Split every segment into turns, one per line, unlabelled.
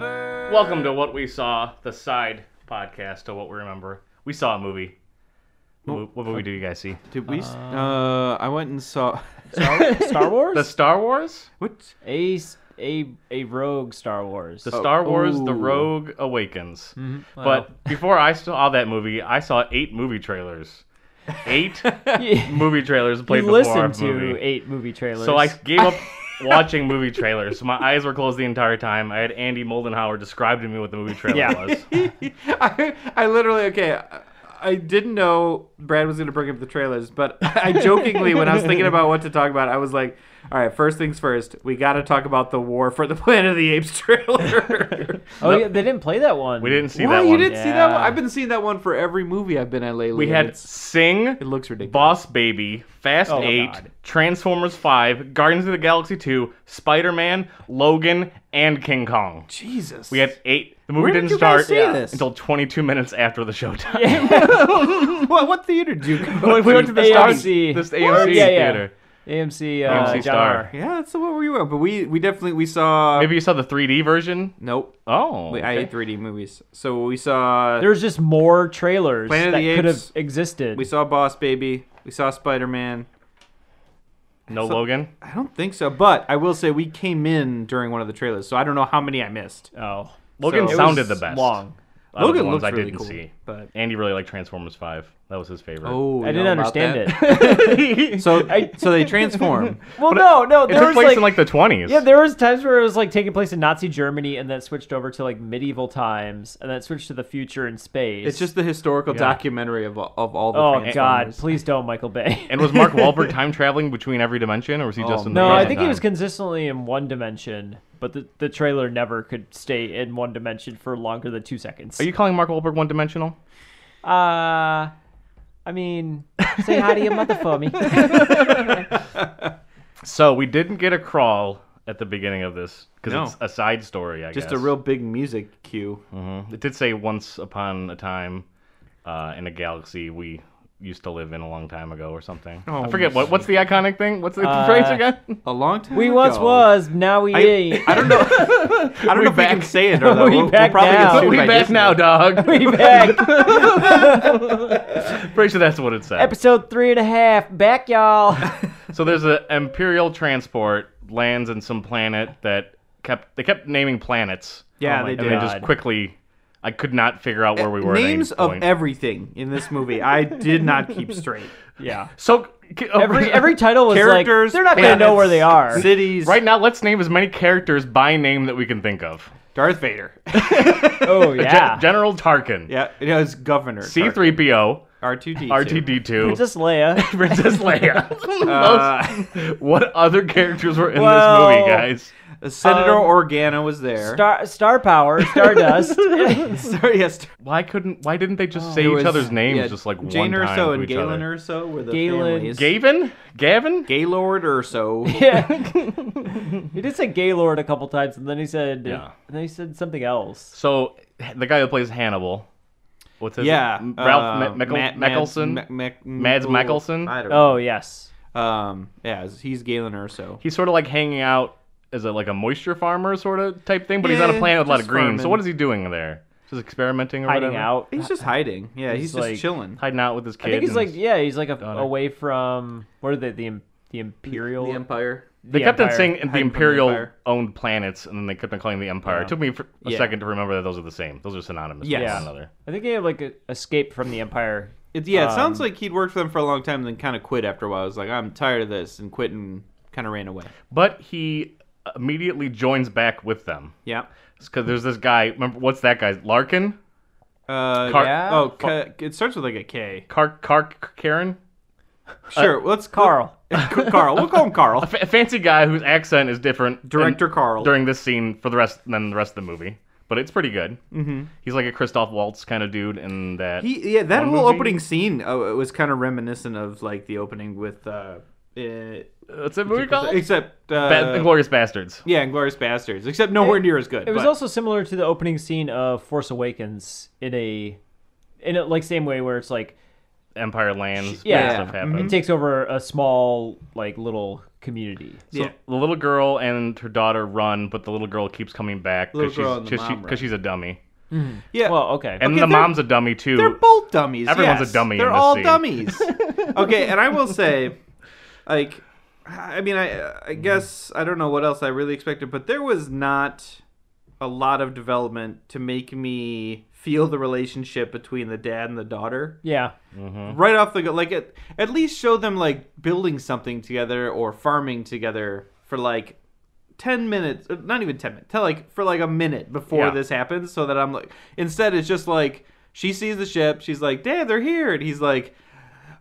Welcome to What We Saw, the side podcast to What We Remember. We saw a movie. What what movie do you guys see?
Did we? s- Uh, I went and saw.
Star, Star Wars?
The Star Wars?
What?
a, a, a rogue Star Wars.
The Star Wars The
ooh.
Rogue Awakens. But before I saw that movie, I saw eight movie trailers. Eight
you
movie trailers played before our
listened to
movie.
eight movie trailers.
So I gave up watching movie trailers. My eyes were closed the entire time. I had Andy Moldenhauer describe to me what the movie trailer
Yeah.
was.
I, I literally okay. I, I didn't know Brad was gonna bring up the trailers, but I jokingly, when I was thinking about what to talk about, I was like, "All right, first things first, we got to talk about the War for the Planet of the Apes trailer."
oh, yeah, they didn't play that one.
We didn't see
Why
that
you
one.
didn't see that one?
Yeah.
I've been seeing that one for every movie I've been at lately.
We
and
had
it's-
Sing,
it looks ridiculous.
Boss Baby, Fast
Oh,
Eight,
God.
Transformers 5, Guardians of the Galaxy 2, Spider Man, Logan, and King Kong.
Jesus,
We had eight. The movie
Where did
didn't
you
start
guys see Yeah. this?
until 22 minutes after the showtime.
what, what theater did you
we
go
went to the Star-
AMC.
this
What?
AMC
Yeah, yeah.
theater.
AMC, uh,
AMC
John
Star.
R.
Yeah, that's the one where you were. But we we definitely we saw.
Maybe you saw the 3D version.
nope.
Oh,
We- I
okay.
hate 3D movies, so we saw
There was just more trailers
Planet of
that
the
could
Apes.
have existed.
we saw Boss Baby, we saw Spider Man.
no Logan.
I don't think so, but I will say we came in during one of the trailers, so I don't know how many I missed.
oh,
Logan
So- It
sounded
was
the best.
Long.
Out of the
Logan
ones
looks
I
really
didn't
cool,
see.
but-
Andy really liked Transformers Five. That was his favorite.
Oh,
I didn't understand it.
So so they transform.
well,
But it-
no, no.
It
There
took
was
place
like,
in like the 20s.
Yeah, there was times where it was like taking place in Nazi Germany, and then it switched over to like medieval times, and then it switched to the future in space.
It's just the historical documentary of of all the.
oh god,
Transformers.
please don't, Michael Bay.
and was Mark Wahlberg time traveling between every dimension, or was he
Oh,
just in the
no, I
present
think he was
time?
consistently in one dimension, but the, the trailer never could stay in one dimension for longer than two seconds.
Are you calling Mark Wahlberg one dimensional?
Uh, I mean, say hi to your mother for me.
So we didn't get a crawl at the beginning of this because
No.
it's a side story. I
Just
guess
a real big music cue.
Mhm. It did say once upon a time uh, in a galaxy we used to live in a long time ago or something. I
Oh,
forget what what's the iconic thing. What's the
Uh,
phrase again?
A long time.
We once
ago.
was, now we
I,
ain't.
I don't know. I don't know if we can
back.
say it or though.
We
we'll, we'll
back
probably get
now.
sued
we
by
back
Disney.
now, dog.
we back.
Pretty sure that's what it said.
Episode three and a half. Back, y'all.
So there's an imperial transport lands in some planet that kept they kept naming planets.
Yeah,
Oh my
and
they did. E,
they just
God.
quickly. I could not figure out where we were.
Names
at any
of
point.
everything in this movie I did not keep straight.
Yeah.
so c-
Every every title was
Characters,
like they're not gonna know where they are.
Cities.
right now, let's name as many characters by name that we can think of.
Darth Vader.
Oh
Gen-
yeah.
General Tarkin.
yeah, it was Governor.
C3PO,
R2D.
R2D2,
Princess Leia.
Princess Leia. Those-
Uh,
what other characters were in
Well,
this movie, guys?
Senator
Um,
Organa was there.
Star Star Power, Stardust.
Sorry, yes.
Why couldn't? Why didn't they just say each
There Oh, was-
other's names
yeah,
just like
Jane
one time
Erso
to
and
each
Galen
other?
Erso were the
Galen-
families.
Gavin, Gavin,
Gaylord Erso.
yeah. he did say Gaylord a couple times, and then he said,
Yeah.
and then he said something else.
So the guy who plays Hannibal, what's his
yeah,
name?
uh,
Ralph Me- Meckel-
Matt-
Meckelson.
Mads, Mac- Mac-
Mads Mikkelsen?
I don't know.
Oh yes.
Um, yeah, he's Galen Erso.
he's sort of like hanging out as a like a moisture farmer sort of type thing, but he's on a
Yeah,
planet with a lot of
just
green. So
farming.
what is he doing there? Just experimenting or
Hiding
whatever?
out.
He's
Uh,
just hiding. Yeah, he's, just
like-
chilling.
hiding out with his kid.
I think he's
and
like
his-
yeah, he's like a,
daughter.
away from what are they the im- the imperial
The Empire.
They
the
kept on
Empire.
saying the
the
Imperial
Empire.
owned planets, and then they kept on calling the Empire. It took me for a
Yeah.
second to remember that those are the same. Those are synonymous.
Yes.
with
Yeah.
one another.
I think he had like a, escape from the empire.
It, yeah, it sounds
Um,
like he'd worked for them for a long time, and then kind of quit after a while. I was like, I'm tired of this, and quit and kind of ran away.
But he immediately joins back with them
Yeah.
because there's this guy. Remember what's that guy? Larkin,
Uh,
Car-
yeah. Oh, ca- it starts with like a K.
Kark, Kark, Karen,
Sure, let's
Carl.
Carl, we'll call him Carl.
F- a fancy guy whose accent is different.
Director
in-
Carl.
during this scene for the rest than the rest of the movie, but it's pretty good. Mm-hmm. He's like a Christoph Waltz kind of dude, and that
He yeah, that
One
whole
movie?
opening scene uh, it was kind of reminiscent of like the opening with uh, eh,
what's that movie called?
except uh,
Ba- Glorious Bastards.
yeah, Inglorious Bastards, except nowhere near as good.
It was
but-
also similar to the opening scene of Force Awakens in a in a like same way where it's like
Empire lands.
yeah,
bad stuff
Mm-hmm.
it
happens.
takes over a small like little community.
So
Yeah.
the little girl and her daughter run, but the little girl keeps coming back
Little
because
girl and
she's
the
because
mom
she's a dummy,
Yeah.
Well, okay.
and
Okay,
the
they're-
mom's a dummy too.
They're both dummies.
Everyone's a
yes.
dummy in
They're
this
all
scene.
dummies.
okay, and I will say, like, I mean, I I guess I don't know what else I really expected, but there was not a lot of development to make me feel the relationship between the dad and the daughter
yeah.
Mm. Uh-huh.
right
right
off
off the go, like at, at least show them like building something together or farming together for like 10 minutes uh, not even 10 minutes tell like for like a minute before
Yeah.
this happens so that i'm like instead it's just like she sees the ship she's like dad they're here and he's like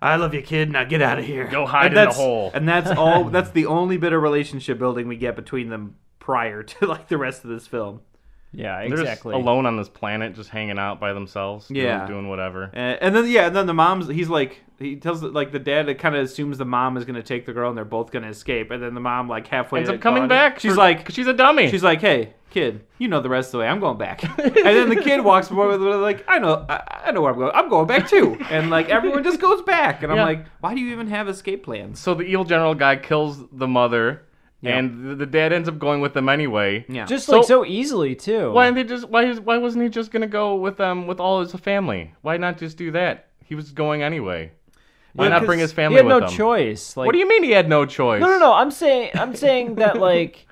i love you kid now get out of here
Go hide
And
in the
that's-
hole.
and that's all that's the only bit of relationship building we get between them prior to like the rest of this film
Yeah,
They're just
exactly.
alone on this planet, just hanging out by themselves. doing-
Yeah.
doing whatever.
And, and then yeah, and then the mom's he's like he tells like the dad that kind of assumes the mom is gonna take the girl and they're both gonna escape, and then the mom like halfway
Ends up
gone-
coming back.
She's
for-
like
'cause she's a dummy.
she's like, hey kid, you know the rest of the way. I'm going back. and then the kid walks forward with like I know I, I know where I'm going. I'm going back too. And like everyone just goes back, and I'm
Yeah.
like, why do you even have escape plans?
so the evil general guy kills the mother, and the, the dad ends up going with them anyway.
Yeah.
just
So-
like so easily too.
Why didn't they just? Why is? Why wasn't he just gonna go with um with all his family? Why not just do that? He was going anyway. Why
Yeah,
not bring
'cause
his
he
family
had
with
no
him?
choice. Like
What do you mean he had no choice?
No, no, no. I'm saying I'm saying that like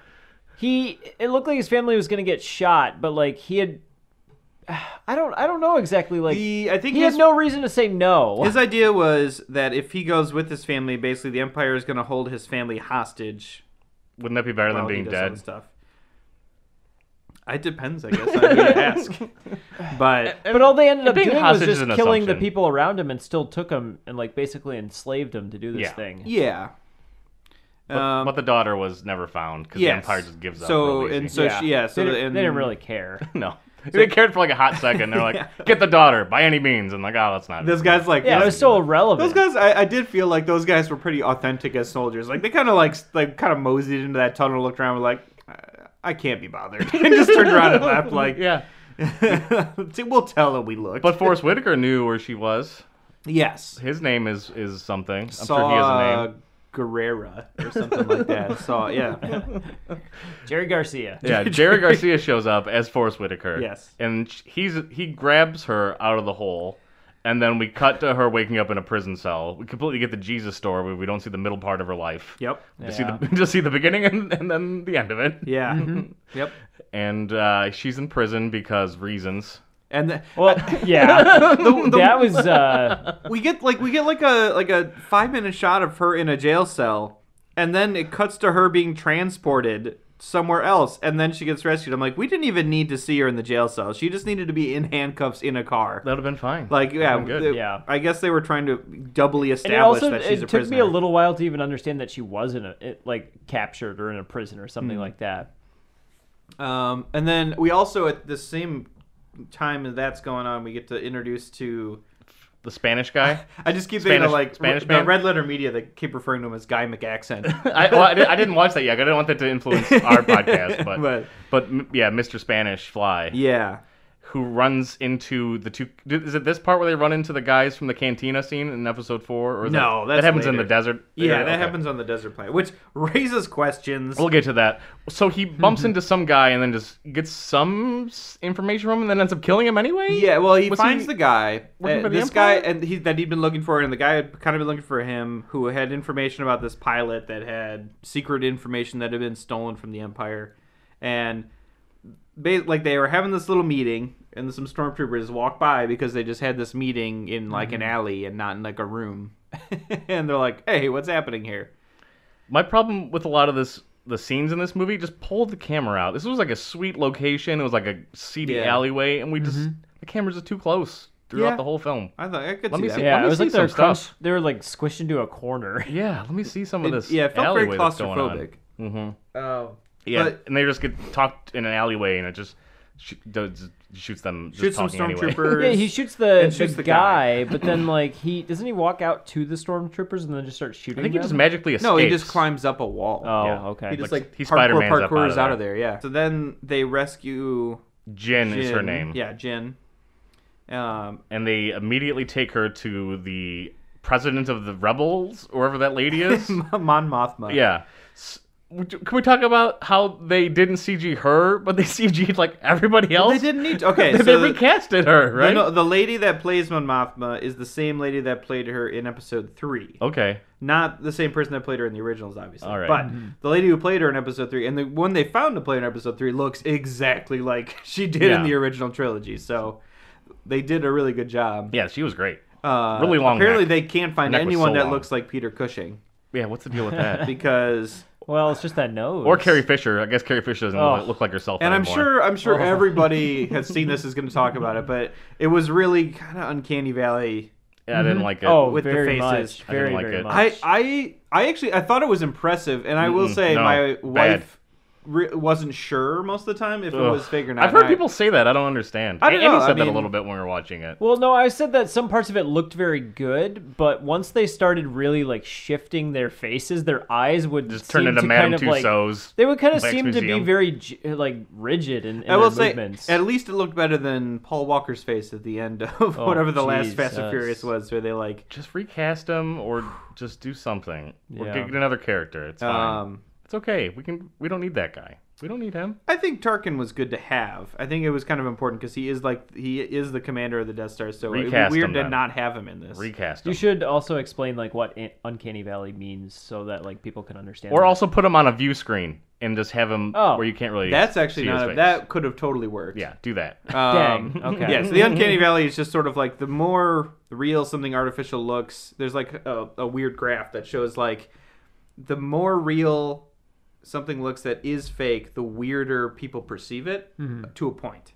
he it looked like his family was going to get shot, but like he had I don't I don't know exactly like
the I think
he
his,
had no reason to say no.
his idea was that if he goes with his family, basically the empire is going to hold his family hostage
Wouldn't that be better
while
than being
he does all
dead?
this stuff. It depends, I guess. I need to ask, but
but all they ended up
being
doing was
hostage is
just
an
killing the
assumption.
people around him and still took him and like basically enslaved him to do this
Yeah.
thing.
Yeah. Um,
but the daughter was never found because the
yes.
empire just gives up.
So
real
and
easy.
so she, yeah. So
they,
the,
didn't-
and,
they didn't really care.
no, they cared for like a hot second. They're like, get the daughter by any means, and like, oh, that's not.
Those guys like
Yeah, it was so irrelevant.
Those guys, I, I did feel like those guys were pretty authentic as soldiers. Like they kind of like like kind of moseyed into that tunnel, looked around, were like, "I- I can't be bothered, and just turned around and left. Like,
yeah.
"See, we'll tell him we looked.
But Forrest Whitaker knew where she was.
yes,
His name is is something. I'm sure
saw
he has a name.
Guerrera or something like that. Saw yeah,
Jerry Garcia.
Yeah, Jerry Garcia shows up as Forrest Whitaker.
Yes.
and sh- he's he grabs her out of the hole, and then we cut to her waking up in a prison cell. We completely get the Jesus story where we don't see the middle part of her life.
yep,
We see the just see the beginning and, and then the end of it.
yeah,
Mm-hmm.
yep.
And uh, she's in prison because reasons.
And the,
Well, yeah.
the, the,
that was uh
we get like we get like a like a five minute shot of her in a jail cell, and then it cuts to her being transported somewhere else, and then she gets rescued. I'm like, we didn't even need to see her in the jail cell. She just needed to be in handcuffs in a car.
That would have been fine.
Like, yeah,
That'd been good.
they-
Yeah.
I guess they were trying to doubly
and it
establish
also
that
it
she's a
took
prisoner.
me a little while to even understand that she was in a it, like captured or in a prison or something
Hmm.
like that.
Um, and then we also at the same time as that's going on, we get to introduce to.
the Spanish guy.
I just keep thinking
Spanish-
of like
Spanish
the
man?
red letter media that keep referring to him as Guy McAccent.
I, well, I, didn't, I didn't watch that yet. I didn't want that to influence our podcast, but
But-
but, m- yeah, Mr. Spanish Fly,
yeah.
who runs into the two. Is it this part where they run into the guys from the cantina scene in episode four? Or is
No,
that,
that's
that happens in
later.
the desert.
Yeah,
later?
that
Okay.
happens on the desert planet, which raises questions.
We'll get to that. So he bumps into some guy and then just gets some s- information from him and then ends up killing him anyway.
yeah, well, he
Was
finds
he
the guy,
working
uh,
for the
this guy,
Empire?
and he, that he'd been looking for, and the guy had kind of been looking for him, who had information about this pilot that had secret information that had been stolen from the Empire, and ba- like they were having this little meeting, and some stormtroopers walk by because they just had this meeting in like
Mm-hmm.
an alley and not in like a room, and they're like, "Hey, what's happening here?"
My problem with a lot of this the scenes in this movie just pulled the camera out. This was like a sweet location. It was like a seedy
Yeah. Mm-hmm.
alleyway, and we just the cameras are too close throughout
Yeah.
the whole film.
I thought I could
Let
see
me
that.
see-
Yeah,
me
it was
see
like they were
some stuff.
crunched- they were like squished into a corner.
Yeah, let me see some of
It-
this.
yeah, it felt very
alleyway that's going on.
claustrophobic.
Mhm.
Oh,
Yeah,
But-
and they just get talked in an alleyway, and it just, sh- does- shoots them. Just
shoot some
talking anyway.
stormtroopers.
Yeah, he shoots the,
And shoots
the,
the
guy, but then like he doesn't he walk out to the stormtroopers and then just start shooting.
I think he
them?
just magically escapes.
No, he just climbs up a wall.
Oh,
yeah.
okay.
He just
Like,
like,
he
hardcore
Spider-Mans up
parkours
out of
out of there. Yeah. So then they rescue.
Jin, is her
Jin.
name.
Yeah, Jin. Um,
and they immediately take her to the president of the rebels, wherever that lady is.
Mon Mothma.
yeah. S- would you- Can we talk about how they didn't CG her, but they CG'd like everybody else?
They didn't need to. Okay,
They,
so
they
the-
recasted her,
the,
right?
no, the lady that plays Mon Mothma is the same lady that played her in episode three.
okay.
Not the same person that played her in the originals, obviously.
All right.
But the lady who played her in episode three and the one they found to play in episode three looks exactly like she did in
Yeah.
the original trilogy. So they did a really good job.
Yeah, she was great.
Uh,
Really long
Apparently,
neck.
they can't find
Neck was
anyone
so
that
long.
looks like Peter Cushing
Yeah, what's the deal with that?
because.
Well, it's just that nose.
or Carrie Fisher. I guess Carrie Fisher doesn't
Oh.
look- look like herself.
And I'm
anymore. Oh.
sure I'm sure everybody has seen this is going to talk about it, but it was really kind of uncanny valley
Yeah, I didn't
Mm-hmm.
like it.
Oh,
with the
very
faces.
much.
I didn't
Very,
like
very
it.
much.
I, I I actually I thought it was impressive, and I will
Mm-mm,
say
no,
my
bad.
wife re- wasn't sure most of the time if it
Ugh.
was fake or not.
I've heard
and I-
people say that. I don't understand.
I don't
Andy
know,
said
I
that a
mean-
little bit when we were watching it.
Well, no, I said that some parts of it looked very good, but once they started really like shifting their faces, their eyes would
Just turned
seem
into
to
Madame
kind of, like-
Tussauds.
they would kind of
Wax
seem to be
Museum.
very j- uh, like rigid in, in
I will
their
say
movements.
at least it looked better than Paul Walker's face at the end of
Oh,
whatever the last Fast
Jesus.
and Furious was, where they like
just recast him or just do something. Or
Yeah.
get get another character. It's fine.
um.
it's okay. We can. We don't need that guy. We don't need him.
I think Tarkin was good to have. I think it was kind of important because he is like he is the commander of the Death Star, so it would
Recast
be weird
him,
to
then.
not have him in this.
Recast
you
him.
should also explain like what an- Uncanny Valley means, so that like people can understand.
Or
it.
also put him on a view screen and just have him
Oh.
where you can't really.
That's actually
see his
not a,
face.
that could have totally worked.
Yeah, do that.
Um,
Dang, okay.
Yeah, so the uncanny valley is just sort of like the more real something artificial looks. There's like a, a weird graph that shows like the more real something looks that is fake, the weirder people perceive it
Mm-hmm.
to a point.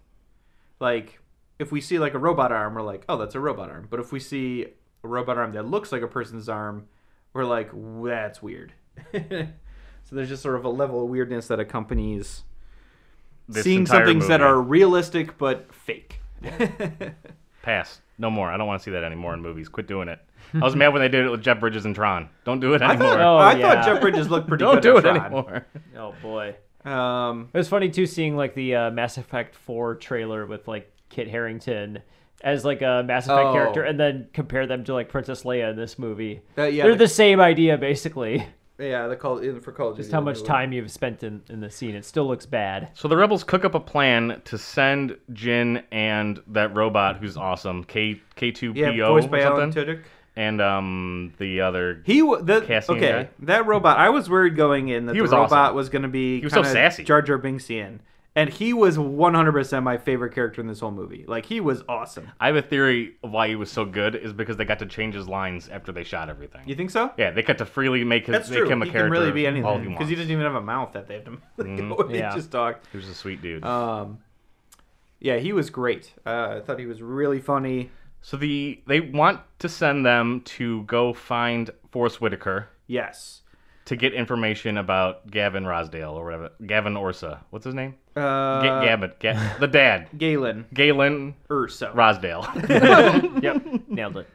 Like if we see like a robot arm, we're like, oh, that's a robot arm. But if we see a robot arm that looks like a person's arm, we're like, that's weird. so there's just sort of a level of weirdness that accompanies
This
seeing some
entire
things that
movie.
are realistic but fake.
Pass. No more. I don't want to see that anymore in movies. Quit doing it. I was mad when they did it with Jeff Bridges and Tron. Don't do it
I
anymore.
thought,
Oh,
I
yeah.
thought Jeff Bridges looked pretty
don't
good.
do
at
it
Tron.
anymore.
oh boy,
Um,
it was funny too seeing like the uh, Mass Effect Four trailer with like Kit Harrington as like a Mass Effect
Oh.
character, and then compare them to like Princess Leia in this movie.
that- yeah,
They're the same idea basically.
yeah, the call in for college.
Just how much time you've spent in, in the scene. It still looks bad.
So the rebels cook up a plan to send Jin and that robot who's awesome, K K two
Yeah,
PO or
voiced by Alan
something,
Tudyk.
and um the other.
He wa- the,
Cassian
okay.
guy.
That robot, I was worried going in that
He
the
was
robot
awesome.
was going to be he
was so sassy.
Jar Jar Binksian, and he was 100 percent my favorite character in this whole movie. Like he was awesome.
I have a theory of why he was so good is because they got to change his lines after they shot everything.
You think so?
Yeah, they got to freely make his
That's
make
true.
him a
he
character
can really be
all he
anything
wants. Mm-hmm.
because he doesn't even have a mouth that they have to like, go with. He
Yeah.
just talk.
He was a sweet dude.
Um, yeah, he was great. Uh, I thought he was really funny.
so the they want to send them to go find Forrest Whitaker
Yes.
to get information about Gavin Rosdale or whatever. Gavin Orsa. What's his name?
Uh,
Ga- Gavin. Ga- the dad.
Galen
Galen
Urso.
Rosdale.
Yep, nailed it.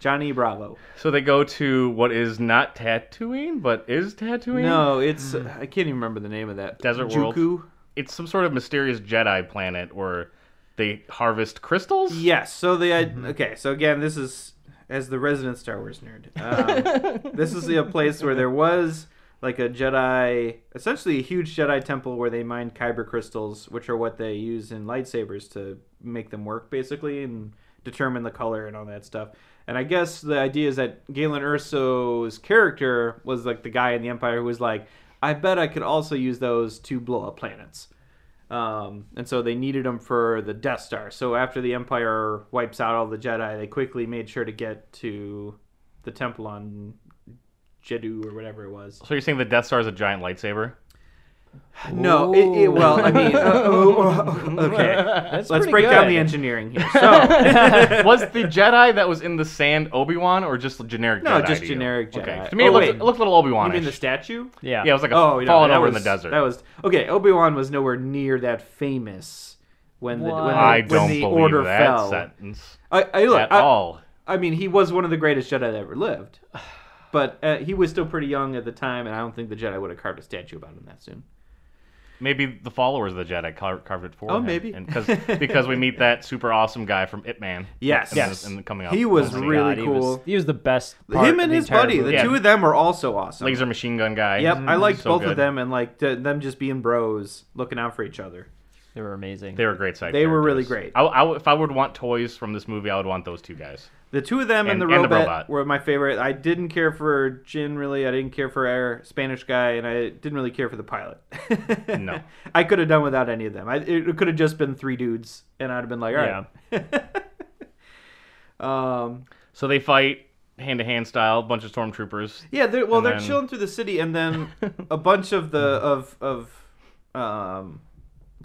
Johnny Bravo.
so they go to what is not Tatooine, but is Tatooine?
No, it's I can't even remember the name of that.
Desert
Juku?
World. It's some sort of mysterious Jedi planet where they harvest crystals?
Yes. So the I okay. So again, this is as the resident Star Wars nerd. Um, this is a place where there was like a Jedi, essentially a huge Jedi temple where they mined kyber crystals, which are what they use in lightsabers to make them work, basically, and determine the color and all that stuff. And I guess the idea is that Galen Urso's character was like the guy in the Empire who was like, I bet I could also use those to blow up planets. Um, and so they needed them for the Death Star. So after the Empire wipes out all the Jedi, they quickly made sure to get to the temple on Jeddu or whatever it was.
So you're saying the Death Star is a giant lightsaber?
No, it, it, well, I mean, uh, oh, oh, okay.
That's
Let's
pretty
break down
good.
the engineering here. So,
was the Jedi that was in the sand Obi Wan or just generic
No,
Jedi?
just
to you?
generic Jedi.
To me,
Oh,
it, looked,
wait.
it looked a little Obi
you
Wan.
mean the statue?
Yeah.
Yeah, it was like a
Oh, no,
falling
that
over in the
was-
desert.
That was okay. Obi Wan was nowhere near that famous when the, when
What?
the,
I
when
don't
the
believe
order
that
fell.
sentence
I, I look,
at
I-
all.
I mean, he was one of the greatest Jedi that ever lived, but uh, he was still pretty young at the time, and I don't think the Jedi would have carved a statue about him that soon.
Maybe the followers of the Jedi car- carved it for
Oh,
him.
maybe.
And 'cause- because we meet that super awesome guy from Ip Man.
Yes.
In the-
Yes.
in the coming up.
He was
Oh my
really
God.
he
cool.
was, he was the best. part of
Him and
the
his
entire
buddy, the
movie.
Yeah.
two of them were also awesome.
Laser machine gun guy.
Yep, I liked
Mm-hmm. So
both
good.
of them and like th- them just being bros, looking out for each other.
they were amazing.
They were great side
They were really
characters.
great.
I, I, if I would want toys from this movie, I would want those two guys.
The two of them and,
And-
the,
and the
robot
robot.
were my favorite. I didn't care for Jin really. I didn't care for our Spanish guy, and I didn't really care for the pilot.
No.
I could have done without any of them. I, it could have just been three dudes, and I'd have been like, all right. um,
So they fight hand to hand style, bunch of stormtroopers.
yeah. They're, well,
And
they're
then-
chilling through the city, and then a bunch of the of of um,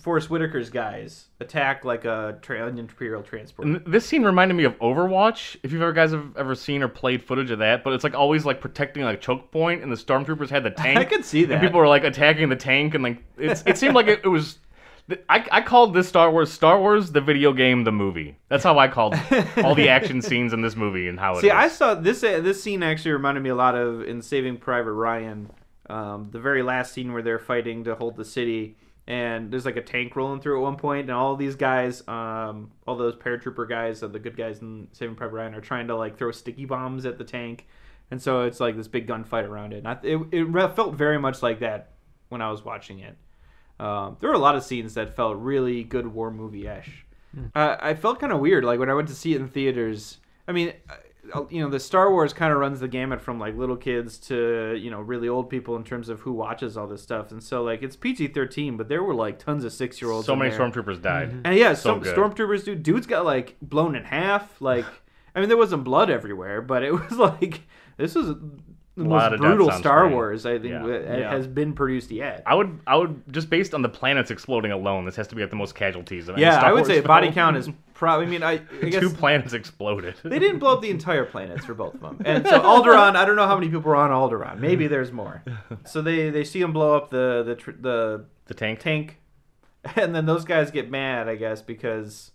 Forrest Whitaker's guys attack like a tra- an imperial transport.
And This scene reminded me of Overwatch. If you've ever guys have ever seen or played footage of that, but it's like always like protecting like choke point, and the stormtroopers had the tank.
I could see that.
And people were like attacking the tank, and like it's, it seemed like it, it was. I, I called this Star Wars Star Wars the video game the movie. That's how I called all the action scenes in this movie and how it
See,
is.
I saw this. Uh, this scene actually reminded me a lot of in Saving Private Ryan, um, the very last scene where they're fighting to hold the city, and there's like a tank rolling through at one point, and all these guys, um, all those paratrooper guys, are the good guys in Saving Private Ryan, are trying to like throw sticky bombs at the tank, and so it's like this big gunfight around it. And I, it it re- felt very much like that when I was watching it. Um, there were a lot of scenes that felt really good war movie ish.
Hmm.
I, I felt kind of weird, like when I went to see it in theaters. I mean, I- you know, the Star Wars kind of runs the gamut from like little kids to you know really old people in terms of who watches all this stuff, and so like it's PG thirteen, but there were like tons of six year olds.
so many
there. Mm-hmm.
stormtroopers died.
And yeah,
So
some
good.
stormtroopers dude, dudes got like blown in half. Like, I mean, there wasn't blood everywhere, but it was like this was the
Lot
most
of deaths
brutal
on
Star
screen.
Wars I think
Yeah.
that
Yeah.
has been produced yet.
I would I would just based on the planets exploding alone, this has to be at the most casualties of any
Yeah,
Star
I would
Wars
say
film.
body count is probably. I mean, I, I guess
Two planets exploded.
they didn't blow up the entire planets for both of them. And so Alderaan, I don't know how many people were on Alderaan. Maybe there's more. So they they see him blow up the the tr- the
the tank,
tank, and then those guys get mad, I guess, because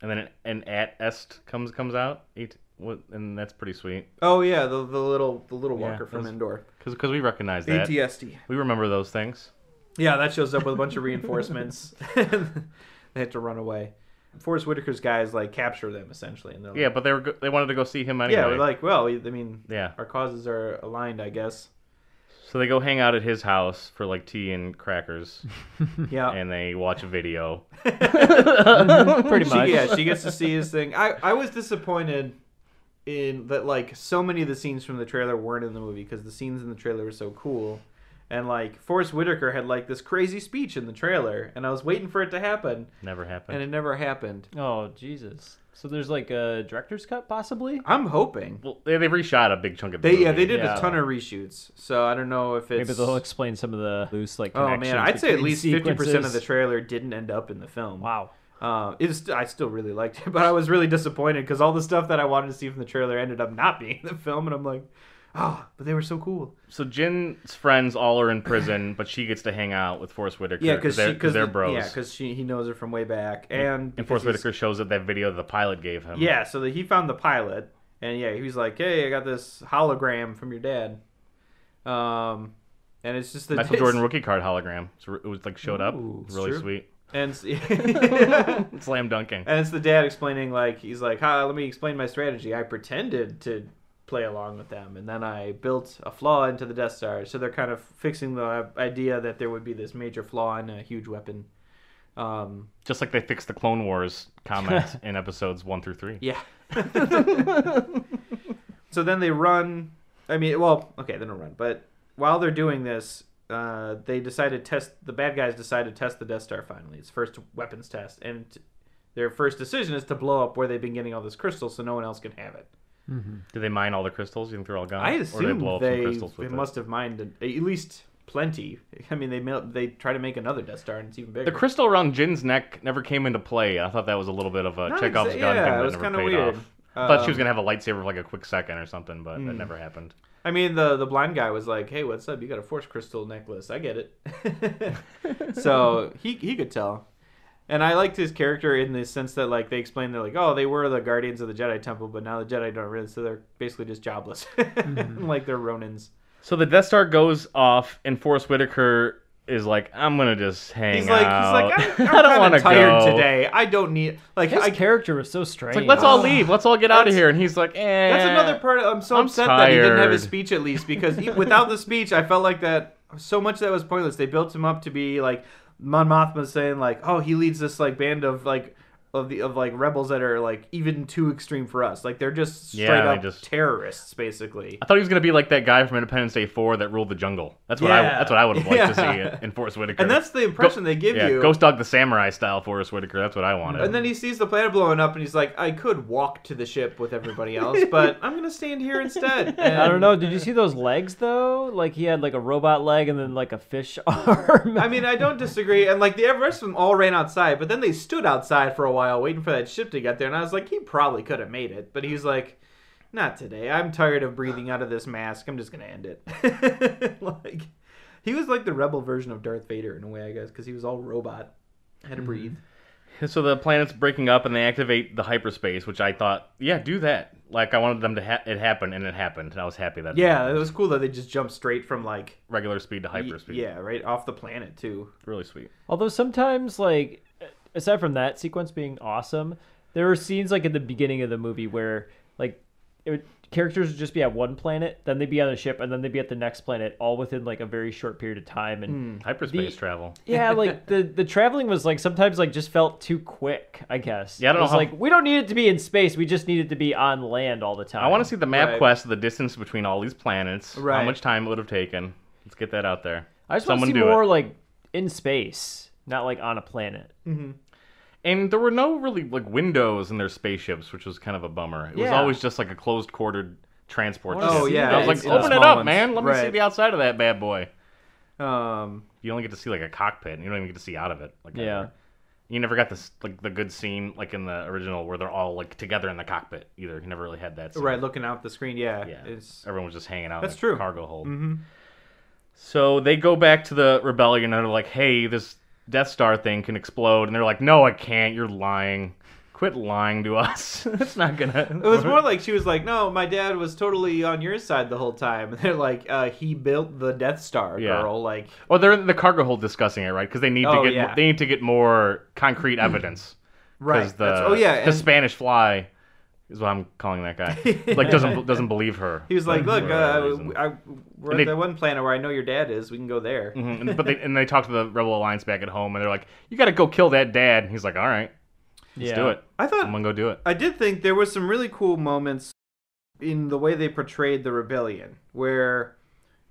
and then an at est comes comes out. Eight, what, and that's pretty sweet
oh yeah, the, the little the little walker from
those-
Endor,
because we recognize that
ATSD.
we remember those things.
Yeah, that shows up with a bunch of reinforcements. they have to run away. Forrest Whitaker's guys like capture them essentially, and they're like,
Yeah, but they were go- they wanted to go see him anyway.
yeah, we're like, well, I mean,
Yeah.
our causes are aligned, I guess.
So they go hang out at his house for like tea and crackers,
Yeah,
and they watch a video.
Pretty
She-
much.
yeah, she gets to see his thing. I, I was disappointed in that like so many of the scenes from the trailer weren't in the movie because the scenes in the trailer were so cool. And like Forrest Whitaker had like this crazy speech in the trailer, and I was waiting for it to happen,
Never happened.
and it never happened.
Oh Jesus! So there's like a director's cut, possibly.
I'm hoping
well, they, they reshot a big chunk of the
they yeah
movie.
they did
Yeah.
a ton of reshoots, so I don't know if it's
Maybe they'll explain some of the loose like.
oh man,
connections
I'd say at
between
least fifty percent of the
sequences.
trailer didn't end up in the film.
wow.
Uh, it was, I still really liked it, but I was really disappointed because all the stuff that I wanted to see from the trailer ended up not being in the film, and I'm like, oh, but they were so cool.
So Jin's friends all are in prison, but she gets to hang out with Forrest Whitaker.
Yeah, because
they're, 'cause they're bros.
Yeah, because she he knows her from way back, and
and Forrest
because he's-
Whitaker shows up that video the pilot gave him.
Yeah, so that he found the pilot, and yeah, he was like, hey, I got this hologram from your dad, um, and it's just the
Michael Jordan rookie card hologram. So it was like showed up.
Ooh, it's
really
true.
sweet.
and it's-
Slam dunking.
And it's the dad explaining, like, he's like, Hi, let me explain my strategy. I pretended to play along with them, and then I built a flaw into the Death Star. So they're kind of fixing the idea that there would be this major flaw in a huge weapon. Um,
Just like they fixed the Clone Wars comment in episodes one through three.
yeah. so then they run. I mean, well, okay, they don't run, but while they're doing this, uh, they decide to test. The bad guys decide to test the Death Star finally. It's first weapons test, and their first decision is to blow up where they've been getting all this crystal, so no one else can have it.
Did they mine all the crystals? You think they're all gone?
I
or they
assume
blow up
they,
some crystals
they
with
must have mined at at least plenty. I mean, they mel- they try to make another Death Star and it's even
it.
bigger.
The crystal around Jin's neck never came into play. I thought that was a little bit of a
Not
Chekhov's
exa-
gun
yeah,
thing
it
that
was
never
kinda
paid
weird.
off. I thought she
Um, Hmm.
was gonna have a lightsaber for like a quick second or something, but that never happened.
I mean, the the blind guy was like, "Hey, what's up? You got a force crystal necklace. I get it." so he he could tell, and I liked his character in the sense that like they explained they're like, "Oh, they were the guardians of the Jedi Temple, but now the Jedi don't really, so they're basically just
Mm-hmm.
jobless, like they're Ronins."
So the Death Star goes off, and Forrest Whitaker is like, I'm gonna just hang
He's like,
out.
he's like, I'm, I'm
I don't
kinda
want to
tired
go.
today. I don't need like
His
I
character was so strange.
Like, let's all leave. Let's all get out of here. And he's like, eh.
That's another part. I'm so
I'm
upset that he didn't have his
tired.
speech at least because e- without the speech, I felt like that so much that was pointless. They built him up to be like Mon Mothma saying like, "Oh, he leads this like band of like of the of like rebels that are like even too extreme for us. Like they're just straight
Yeah, they
up
just-
terrorists, basically."
I thought he was gonna be like that guy from Independence Day Four that ruled the jungle. That's what I.
Yeah.
That's what I would have liked
Yeah.
to see in Forrest Whitaker.
And that's the impression they give
yeah,
you.
Ghost Dog the Samurai style Forrest Whitaker. That's what I wanted.
and then he sees the planet blowing up, and he's like, "I could walk to the ship with everybody else, but I'm gonna stand here instead."
I
And-
don't know. Did you see those legs though? Like he had like a robot leg and then like a fish arm.
I mean, I don't disagree. And like the rest of them all ran outside, but then they stood outside for a while waiting for that ship to get there. And I was like, he probably could have made it, but he was like, not today. I'm tired of breathing out of this mask. I'm just gonna end it. like, he was like the rebel version of Darth Vader in a way, I guess, because he was all robot, had to breathe.
So the planet's breaking up, and they activate the hyperspace, which I thought, yeah, do that. Like I wanted them to ha- it happen, and it happened, and I was happy that it
Yeah, it
happened.
was cool that they just jumped straight from like
regular speed to
y-
hyperspeed.
yeah, right off the planet too.
really sweet.
Although sometimes like aside from that sequence being awesome, there were scenes like at the beginning of the movie where like it would, characters would just be at one planet, then they'd be on a ship, and then they'd be at the next planet, all within like a very short period of time. And
Hmm. Hyperspace
The-
travel.
Yeah, like the the traveling was like sometimes like just felt too quick. I guess.
Yeah, I don't
it
know
was
how-
like we don't need it to be in space. We just need it to be on land all the time.
I want to see the map
Right.
quest of the distance between all these planets.
Right.
How much time it would have taken. Let's get that out there.
I just want
Someone
to see
do
more
it.
like in space, not like on a planet.
And there were no really like windows in their spaceships, which was kind of a bummer. It was
Yeah.
always just like a closed quartered transport.
I wanna
system.
see that.
I was like,
It's- it's
open it
small
up,
ones.
man. Let me see
Right.
the outside of that bad boy.
Um,
You only get to see like a cockpit, and you don't even get to see out of it. Like
Yeah.
You never got this like the good scene like in the original where they're all like together in the cockpit either. You never really had that. Scene.
right, looking out the screen. Yeah,
Yeah.
It's,
Everyone was just hanging out.
That's
in the
true. Mm-hmm.
Cargo hold. So they go back to the rebellion and they're like, "Hey, this Death Star thing can explode," and they're like, "No, it can't. You're lying. Quit lying to us. it's not gonna."
It was more like she was like, "No, my dad was totally on your side the whole time." And they're like, uh, "He built the Death Star,
Yeah.
girl." Like,
Well, they're in the cargo hold discussing it, right? Because they need to
Oh,
get
yeah.
they need to get more concrete evidence. 'Cause The,
That's- oh yeah.
the
And
Spanish fly is what I'm calling that guy. like doesn't doesn't believe her.
he was like,
for
"Look,
whatever
uh,
reason."
I, we're
And
at
they-
that one planet where I know your dad is. We can go there."
Mhm, and- but they and they talk to the Rebel Alliance back at home, and they're like, "You got to go kill that dad." And he's like, "All right,
Let's yeah.
do it.
I
I'm
thought
gonna go do it."
I did think there was some really cool moments in the way they portrayed the rebellion, where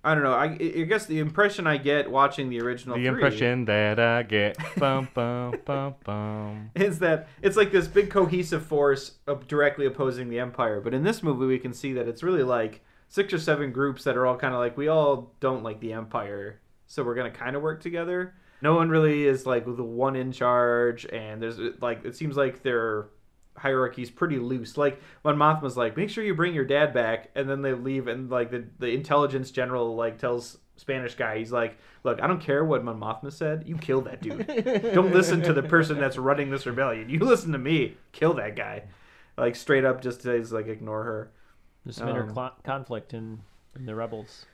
I don't know. I, I guess the impression I get watching the original
The
three
impression that I get, bum bum bum bum.
is that it's like this big cohesive force of directly opposing the empire but in this movie we can see that it's really like six or seven groups that are all kind of like we all don't like the empire so we're gonna kind of work together no one really is like the one in charge and there's like it seems like their hierarchy's pretty loose like when mothma's like make sure you bring your dad back and then they leave and like the, the intelligence general like tells spanish guy he's like look i don't care what mon mothma said you kill that dude don't listen to the person that's running this rebellion. You listen to me. Kill that guy. Like straight up, just says like ignore her.
There's some
Um,
inner cl- conflict in, in the rebels.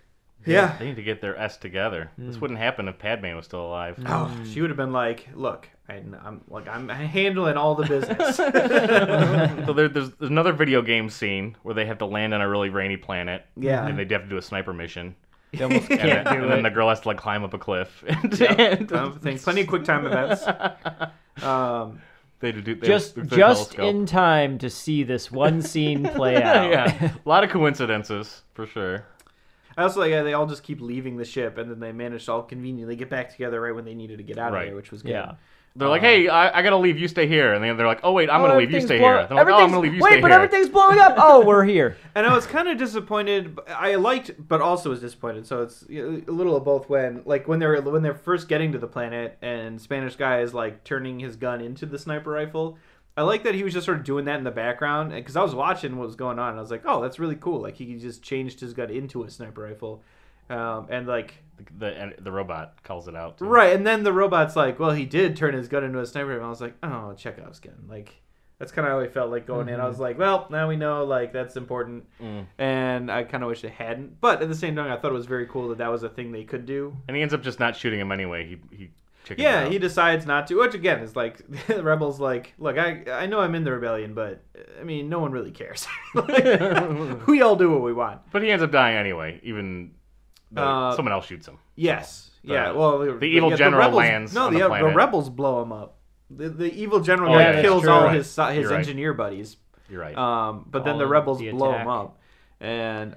Yeah.
They need to get their s together.
Hmm.
This wouldn't happen if Padme was still alive.
Oh, she would have been like, look, I, am like I'm handling all the business.
so there, there's, there's another video game scene where they have to land on a really rainy planet.
Yeah.
And they have to do a sniper mission.
They almost
And,
can't
then,
do
and then
it.
the girl has to like climb up a cliff. And,
Um, thanks. Plenty of quick time events. Um,
they do they
just
their
just
telescope.
in time to see this one scene play out.
yeah, a lot of coincidences for sure.
I also like how they all just keep leaving the ship, and then they manage to all conveniently get back together right when they needed to get out of
Right.
there, which was good.
Yeah.
They're like, hey, I, I gotta leave. You stay here. And then they're like, oh wait, I'm gonna
Oh,
leave.
Uh,
You
everything's
stay
blow-
here. They're like, oh, I'm
everything's-
gonna leave. You
Wait,
stay
but
here.
everything's blowing up. Oh, we're here.
And I was kind of disappointed. but I liked, but also was disappointed. So it's you know, a little of both. When like when they're when they're first getting to the planet, and Spanish guy is like turning his gun into the sniper rifle. I like that he was just sort of doing that in the background because I was watching what was going on. And I was like, oh, that's really cool. Like he just changed his gun into a sniper rifle, um, and like
The, and the robot calls it out. too.
right. And then the robot's like, well, he did turn his gun into a sniper rifle. I was like, oh, Chekhov's gun. Like That's kind of how I felt like going in. I was like, well, now we know like that's important,
Mm.
and I kind of wish they hadn't. But at the same time, I thought it was very cool that that was a thing they could do.
And he ends up just not shooting him anyway. He he chickens
Yeah,
out.
he decides not to, which again is like the rebels. Like, look, I I know I'm in the rebellion, but I mean, no one really cares. Like, we all do what we want.
But he ends up dying anyway. Even though
Uh,
someone else shoots him.
Yes.
The-
yeah. Well, the,
evil
yeah,
general
rebels,
lands
No,
on
the,
the
uh,
planet.
rebels blow him up. The, the evil
Oh,
general guy
yeah, that's
kills
true.
all
Right.
his so- his
You're right.
engineer buddies.
You're right.
Um, but then the
Calling
rebels
the
blow
attack.
him up, and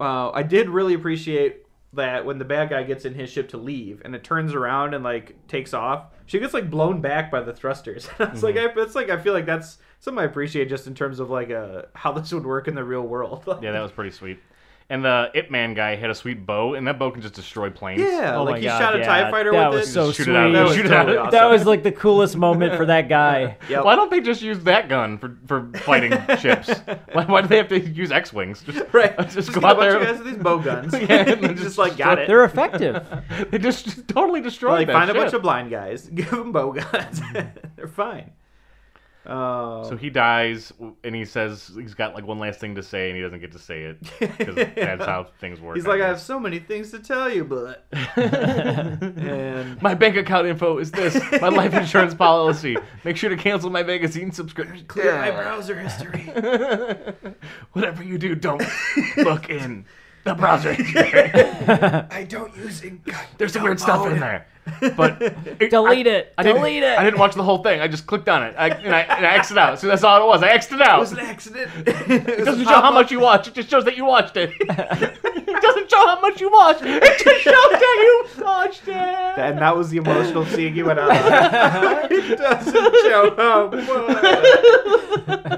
uh, I did really appreciate that when the bad guy gets in his ship to leave, and it turns around and like takes off. She gets like blown back by the thrusters. it's like I,
Mm-hmm.
it's like I feel like that's something I appreciate just in terms of like uh, how this would work in the real world.
yeah, that was pretty sweet. And the It Man guy had a sweet bow, and that bow can just destroy planes.
Yeah,
Oh
like
my
he
God,
shot a
yeah.
tie fighter
That
with
was
it.
so
Shoot it out.
sweet.
That
was
shoot it
totally
out.
awesome.
That was like the coolest moment for that guy.
Yep.
Why don't they just use that gun for, for fighting ships? Why, why do they have to use X wings?
Right.
Just,
Just
go
get a
out
bunch
there.
of guys with these bow guns.
Yeah, and then
And just,
just
like got it.
They're effective.
They just totally destroy
Like
that
find a
ship. Mm-hmm.
bunch of blind guys, give them bow guns. They're fine. Uh,
So he dies, and he says he's got like one last thing to say, and he doesn't get to say it because that's how things work.
he's
I
like, I have
guess.
so many things to tell you, but and
my bank account info is this, my life insurance policy. Make sure to cancel my magazine subscription.
clear my browser history.
Whatever you do, don't look in the browser. history.
I don't use incognito.
There's some weird stuff in there, but it-
Delete
I-
it.
I didn't-
Delete it.
I didn't watch the whole thing. I just clicked on it. I, and, I, and I exited out. So that's all it was. I exited
It
out.
was an accident. it
It
was
doesn't show how much you watch. It just shows that you watched it. it doesn't show how much you watch. It just shows that you watched it.
and that was the emotional scene he went out on. it doesn't show up.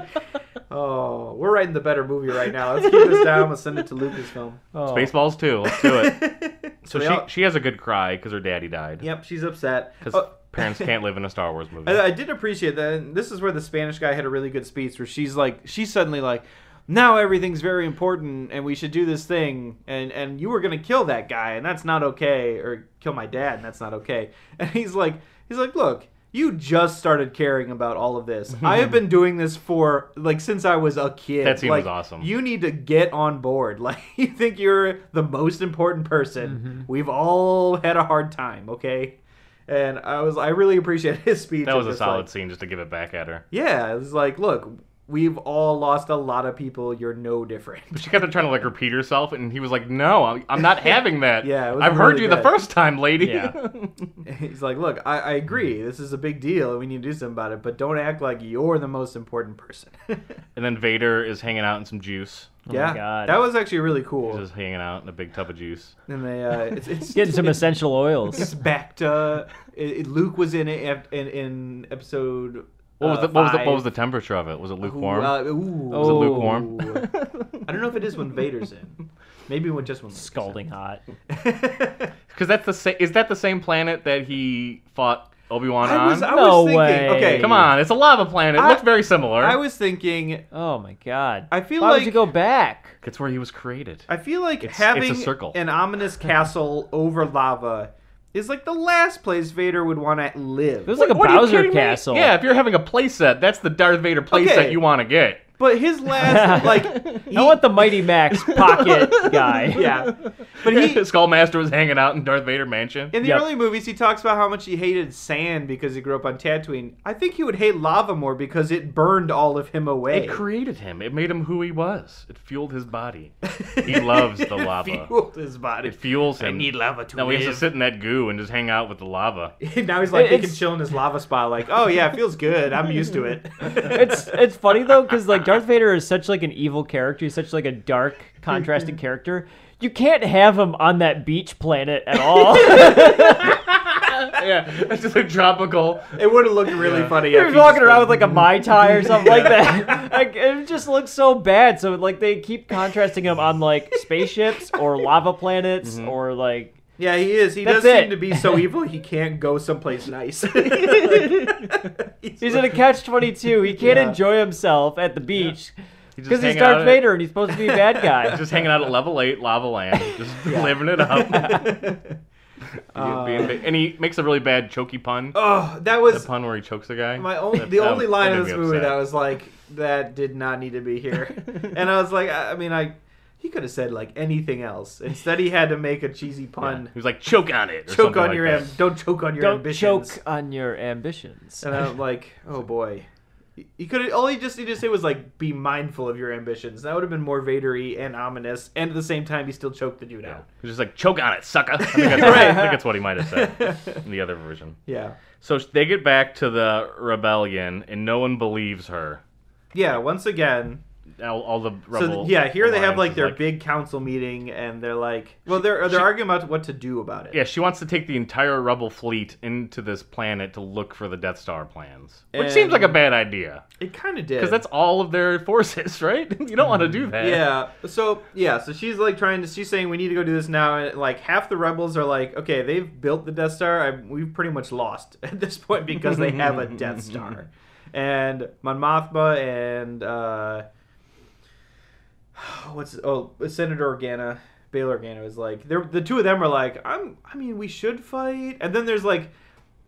oh, we're writing the better movie right now. Let's keep this down. Let's send it to Lucasfilm.
Oh.
Spaceballs too. Let's do it. So
they
she
all-
she has a good cry because her daddy died.
Yep, she's upset.
Because
Oh,
parents can't live in a Star Wars movie.
I, I did appreciate that. And this is where the Spanish guy had a really good speech, where she's like, she's suddenly like, now everything's very important, and we should do this thing, and and you were gonna kill that guy, and that's not okay, or kill my dad, and that's not okay. And he's like, he's like, look. You just started caring about all of this. I have been doing this for like since I was a kid.
That scene
like,
was awesome.
You need to get on board. Like you think you're the most important person.
Mm-hmm.
We've all had a hard time, okay? And I was I really appreciate his speech.
that was
of
a
just
solid
like-
scene just to give it back at her.
yeah, it was like, look, we've all lost a lot of people. You're no different.
But she kept on trying to like repeat herself, and he was like, "No, I'm, I'm not having that.
Yeah, it was
I've heard
really
you the
good.
first time, lady.
Yeah.
He's like, look, I, I
Mm-hmm.
agree. This is a big deal, and we need to do something about it. But don't act like you're the most important person.
Oh and then Vader is hanging out in some juice.
yeah,
God.
that was actually really cool.
He's just hanging out in a big tub of juice.
and they, uh, it's, it's
Getting some
it's,
essential
it's
oils.
back to it, it- Luke was in it ep- in, in episode.
What was
uh,
the what was the,
five.
what was the temperature of it? Was it lukewarm?
Ooh, uh, ooh.
was it lukewarm?
I don't know if it is when Vader's in. Maybe when just when Luke's in.
Scalding hot.
Because that's the sa- is that the same planet that he fought Obi Wan
I
on?
was, I
No
was thinking.
way.
Okay,
Come on, it's a lava planet. It
I-
looks very similar.
I was thinking.
Oh my god.
I feel
Why
like
would you go back?
It's where he was created.
I feel like
It's- it's a
having
circle.
an ominous castle over lava is like the last place Vader would want to live.
It was like a
What are you
Bowser
kidding me?
castle.
Yeah, if you're having a playset, that's the Darth Vader playset
Okay.
you want to get.
but his last like he-
I want the Mighty Max pocket guy.
yeah. But he
Skullmaster was hanging out in Darth Vader mansion.
in the
Yep.
early movies he talks about how much he hated sand because he grew up on Tatooine. I think he would hate lava more because it burned all of him away.
It created him. It made him who he was. It fueled his body. He loves the lava.
Fueled his body.
It fuels him.
lava to
now he has to sit in that goo and just hang out with the lava.
now he's like, he can
It's-
chill in his lava spa. Like, oh yeah, it feels good. I'm used to it.
It's it's funny though because like Darth Vader is such like an evil character. He's such like a dark, contrasting character. You can't have him on that beach planet at all.
yeah, it's just like tropical.
It would have looked really funny. if
He was
he
walking
just
around
went-
with like a mai tai or something like that. Like it just looks so bad. So like they keep contrasting him on like spaceships or lava planets or like
Yeah, he is. He
That's
does
it.
seem to be so evil he can't go someplace nice.
he's in a catch twenty two. He can't
Yeah.
enjoy himself at the beach
He's
because he's
hanging out
Darth
at-
Vader and he's supposed to be a bad guy.
Just hanging out at level eight lava land, just living it up. Being big- and he makes a really bad choky pun.
Oh, that
The
was
pun where he chokes the guy.
my only
That-
the
that-
only line
that
in
made
this
me
movie
upset.
that was like that did not need to be here, and I was like, I, I mean, I he could have said like anything else. Instead, he had to make a cheesy pun.
He was like, choke on it. or
Choke
something
on
like
your
that.
am- don't choke on your
Don't
ambitions.
choke on your ambitions.
And I'm like, oh boy. He- He could all he just needed to say was like be mindful of your ambitions. That would have been more Vadery and ominous, and at the same time he still choked the dude
Yeah.
out.
He was just like, choke on it, sucker. I think that's, I think that's what he might have said in the other version.
Yeah.
So they get back to the rebellion, and no one believes her.
Yeah, once again.
All, all the
So
rebel.
yeah, here they have
alliance
like
is
their big council meeting and they're like Well they're they're arguing about what to do about it.
Yeah, she wants to take the entire rebel fleet into this planet to look for the Death Star plans, which seems like a
And-
bad idea
It kinda did.
because that's all of their forces, right? you don't want to
Mm,
do that.
yeah. So yeah, so she's like trying to. She's saying we need to go do this now, and like half the rebels are like, okay, they've built the Death Star. I, we've pretty much lost at this point because they have a Death Star, and Mon Mothma and uh, what's oh Senator Organa. Bail Organa is like they're the two of them are like I'm I mean we should fight and then there's like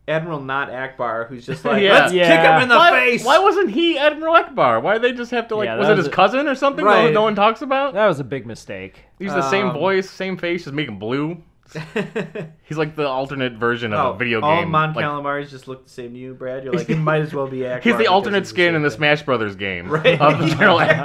Admiral Not Akbar who's just like
Yeah.
let's kick
Yeah.
him in the
why,
face
why wasn't he Admiral Akbar? Why they just have to like?
Yeah, that
was it
was
his
a-
cousin or something that
Right.
no one talks about?
that was a big mistake.
He's the same
Um,
voice, same face, just making blue. He's like the alternate version of a video game.
Oh, All Mon
like,
Calamaris just look the same to you, Brad. You're like, it might as well be Akbar.
He's the
because
alternate
it's
skin
same
in the
thing.
Smash Brothers game
Right.
of the General
That's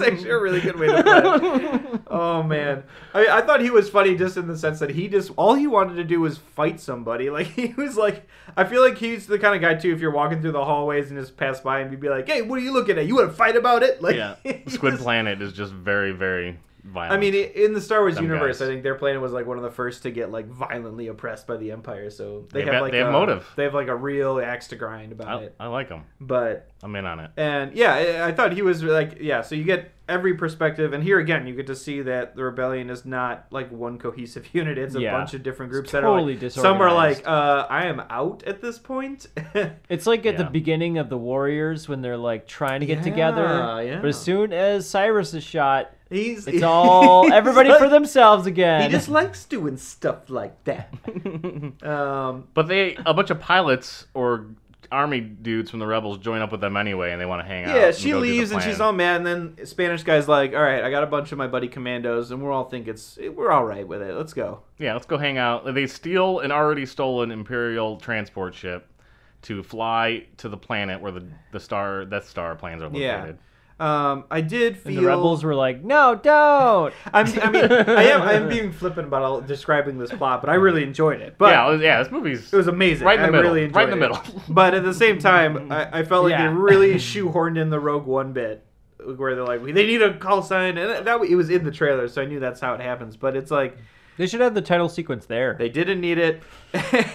Akbar.
actually a really good way to put it. Oh man, I, I thought he was funny just in the sense that he just all he wanted to do was fight somebody. Like he was like, I feel like he's the kind of guy too. If you're walking through the hallways and just pass by and you'd be like, hey, what are you looking at? You want to fight about it? Like,
yeah,
he
Squid
was-
Planet is just very, very violent.
I mean, i- in the Star Wars
Some
universe,
guys.
I think their planet was like one of the first to get like violently oppressed by the Empire. So they,
They
have
bet-
like
they have
a,
motive.
They have like a real axe to grind about
I,
it.
I like him.
But
I'm in on it.
and yeah, I, I thought he was like yeah. So you get every perspective, and here again, you get to see that the rebellion is not like one cohesive unit. It's a
Yeah.
bunch of different groups that
totally
are like, some are like
disorganized.
uh, I am out at this point.
It's like at
Yeah.
the beginning of the Warriors when they're like trying to get together.
Yeah, yeah.
But as soon as Cyrus is shot,
he's
it's all
he's
everybody
like-
for themselves
He
again.
just likes doing stuff like that. um,
But they, a bunch of pilots or army dudes from the rebels join up with them anyway, and they want to hang out.
Yeah,
and
she
go do the
leaves and she's
plan.
all mad, and then Spanish guy's like, "All right, I got a bunch of my buddy commandos, and we're all think it's we're all right with it. Let's go."
Yeah, let's go hang out. They steal an already stolen imperial transport ship to fly to the planet where the the star Death Star plans are
Yeah.
located.
Um, I did feel
and the rebels were like, "No, don't."
I'm, I mean, I am I am being flippant about all, describing this plot, but I really enjoyed it. But
yeah, it was- yeah, this movie's
it was amazing.
Right in the
I
middle.
Really
Right in
enjoyed
the
it.
middle.
But at the same time, I, I felt like
Yeah.
they really shoehorned in the Rogue One bit, where they're like, "They need a call sign," and that it was in the trailer, so I knew that's how it happens. But it's like
They should have the title sequence there.
they didn't need it,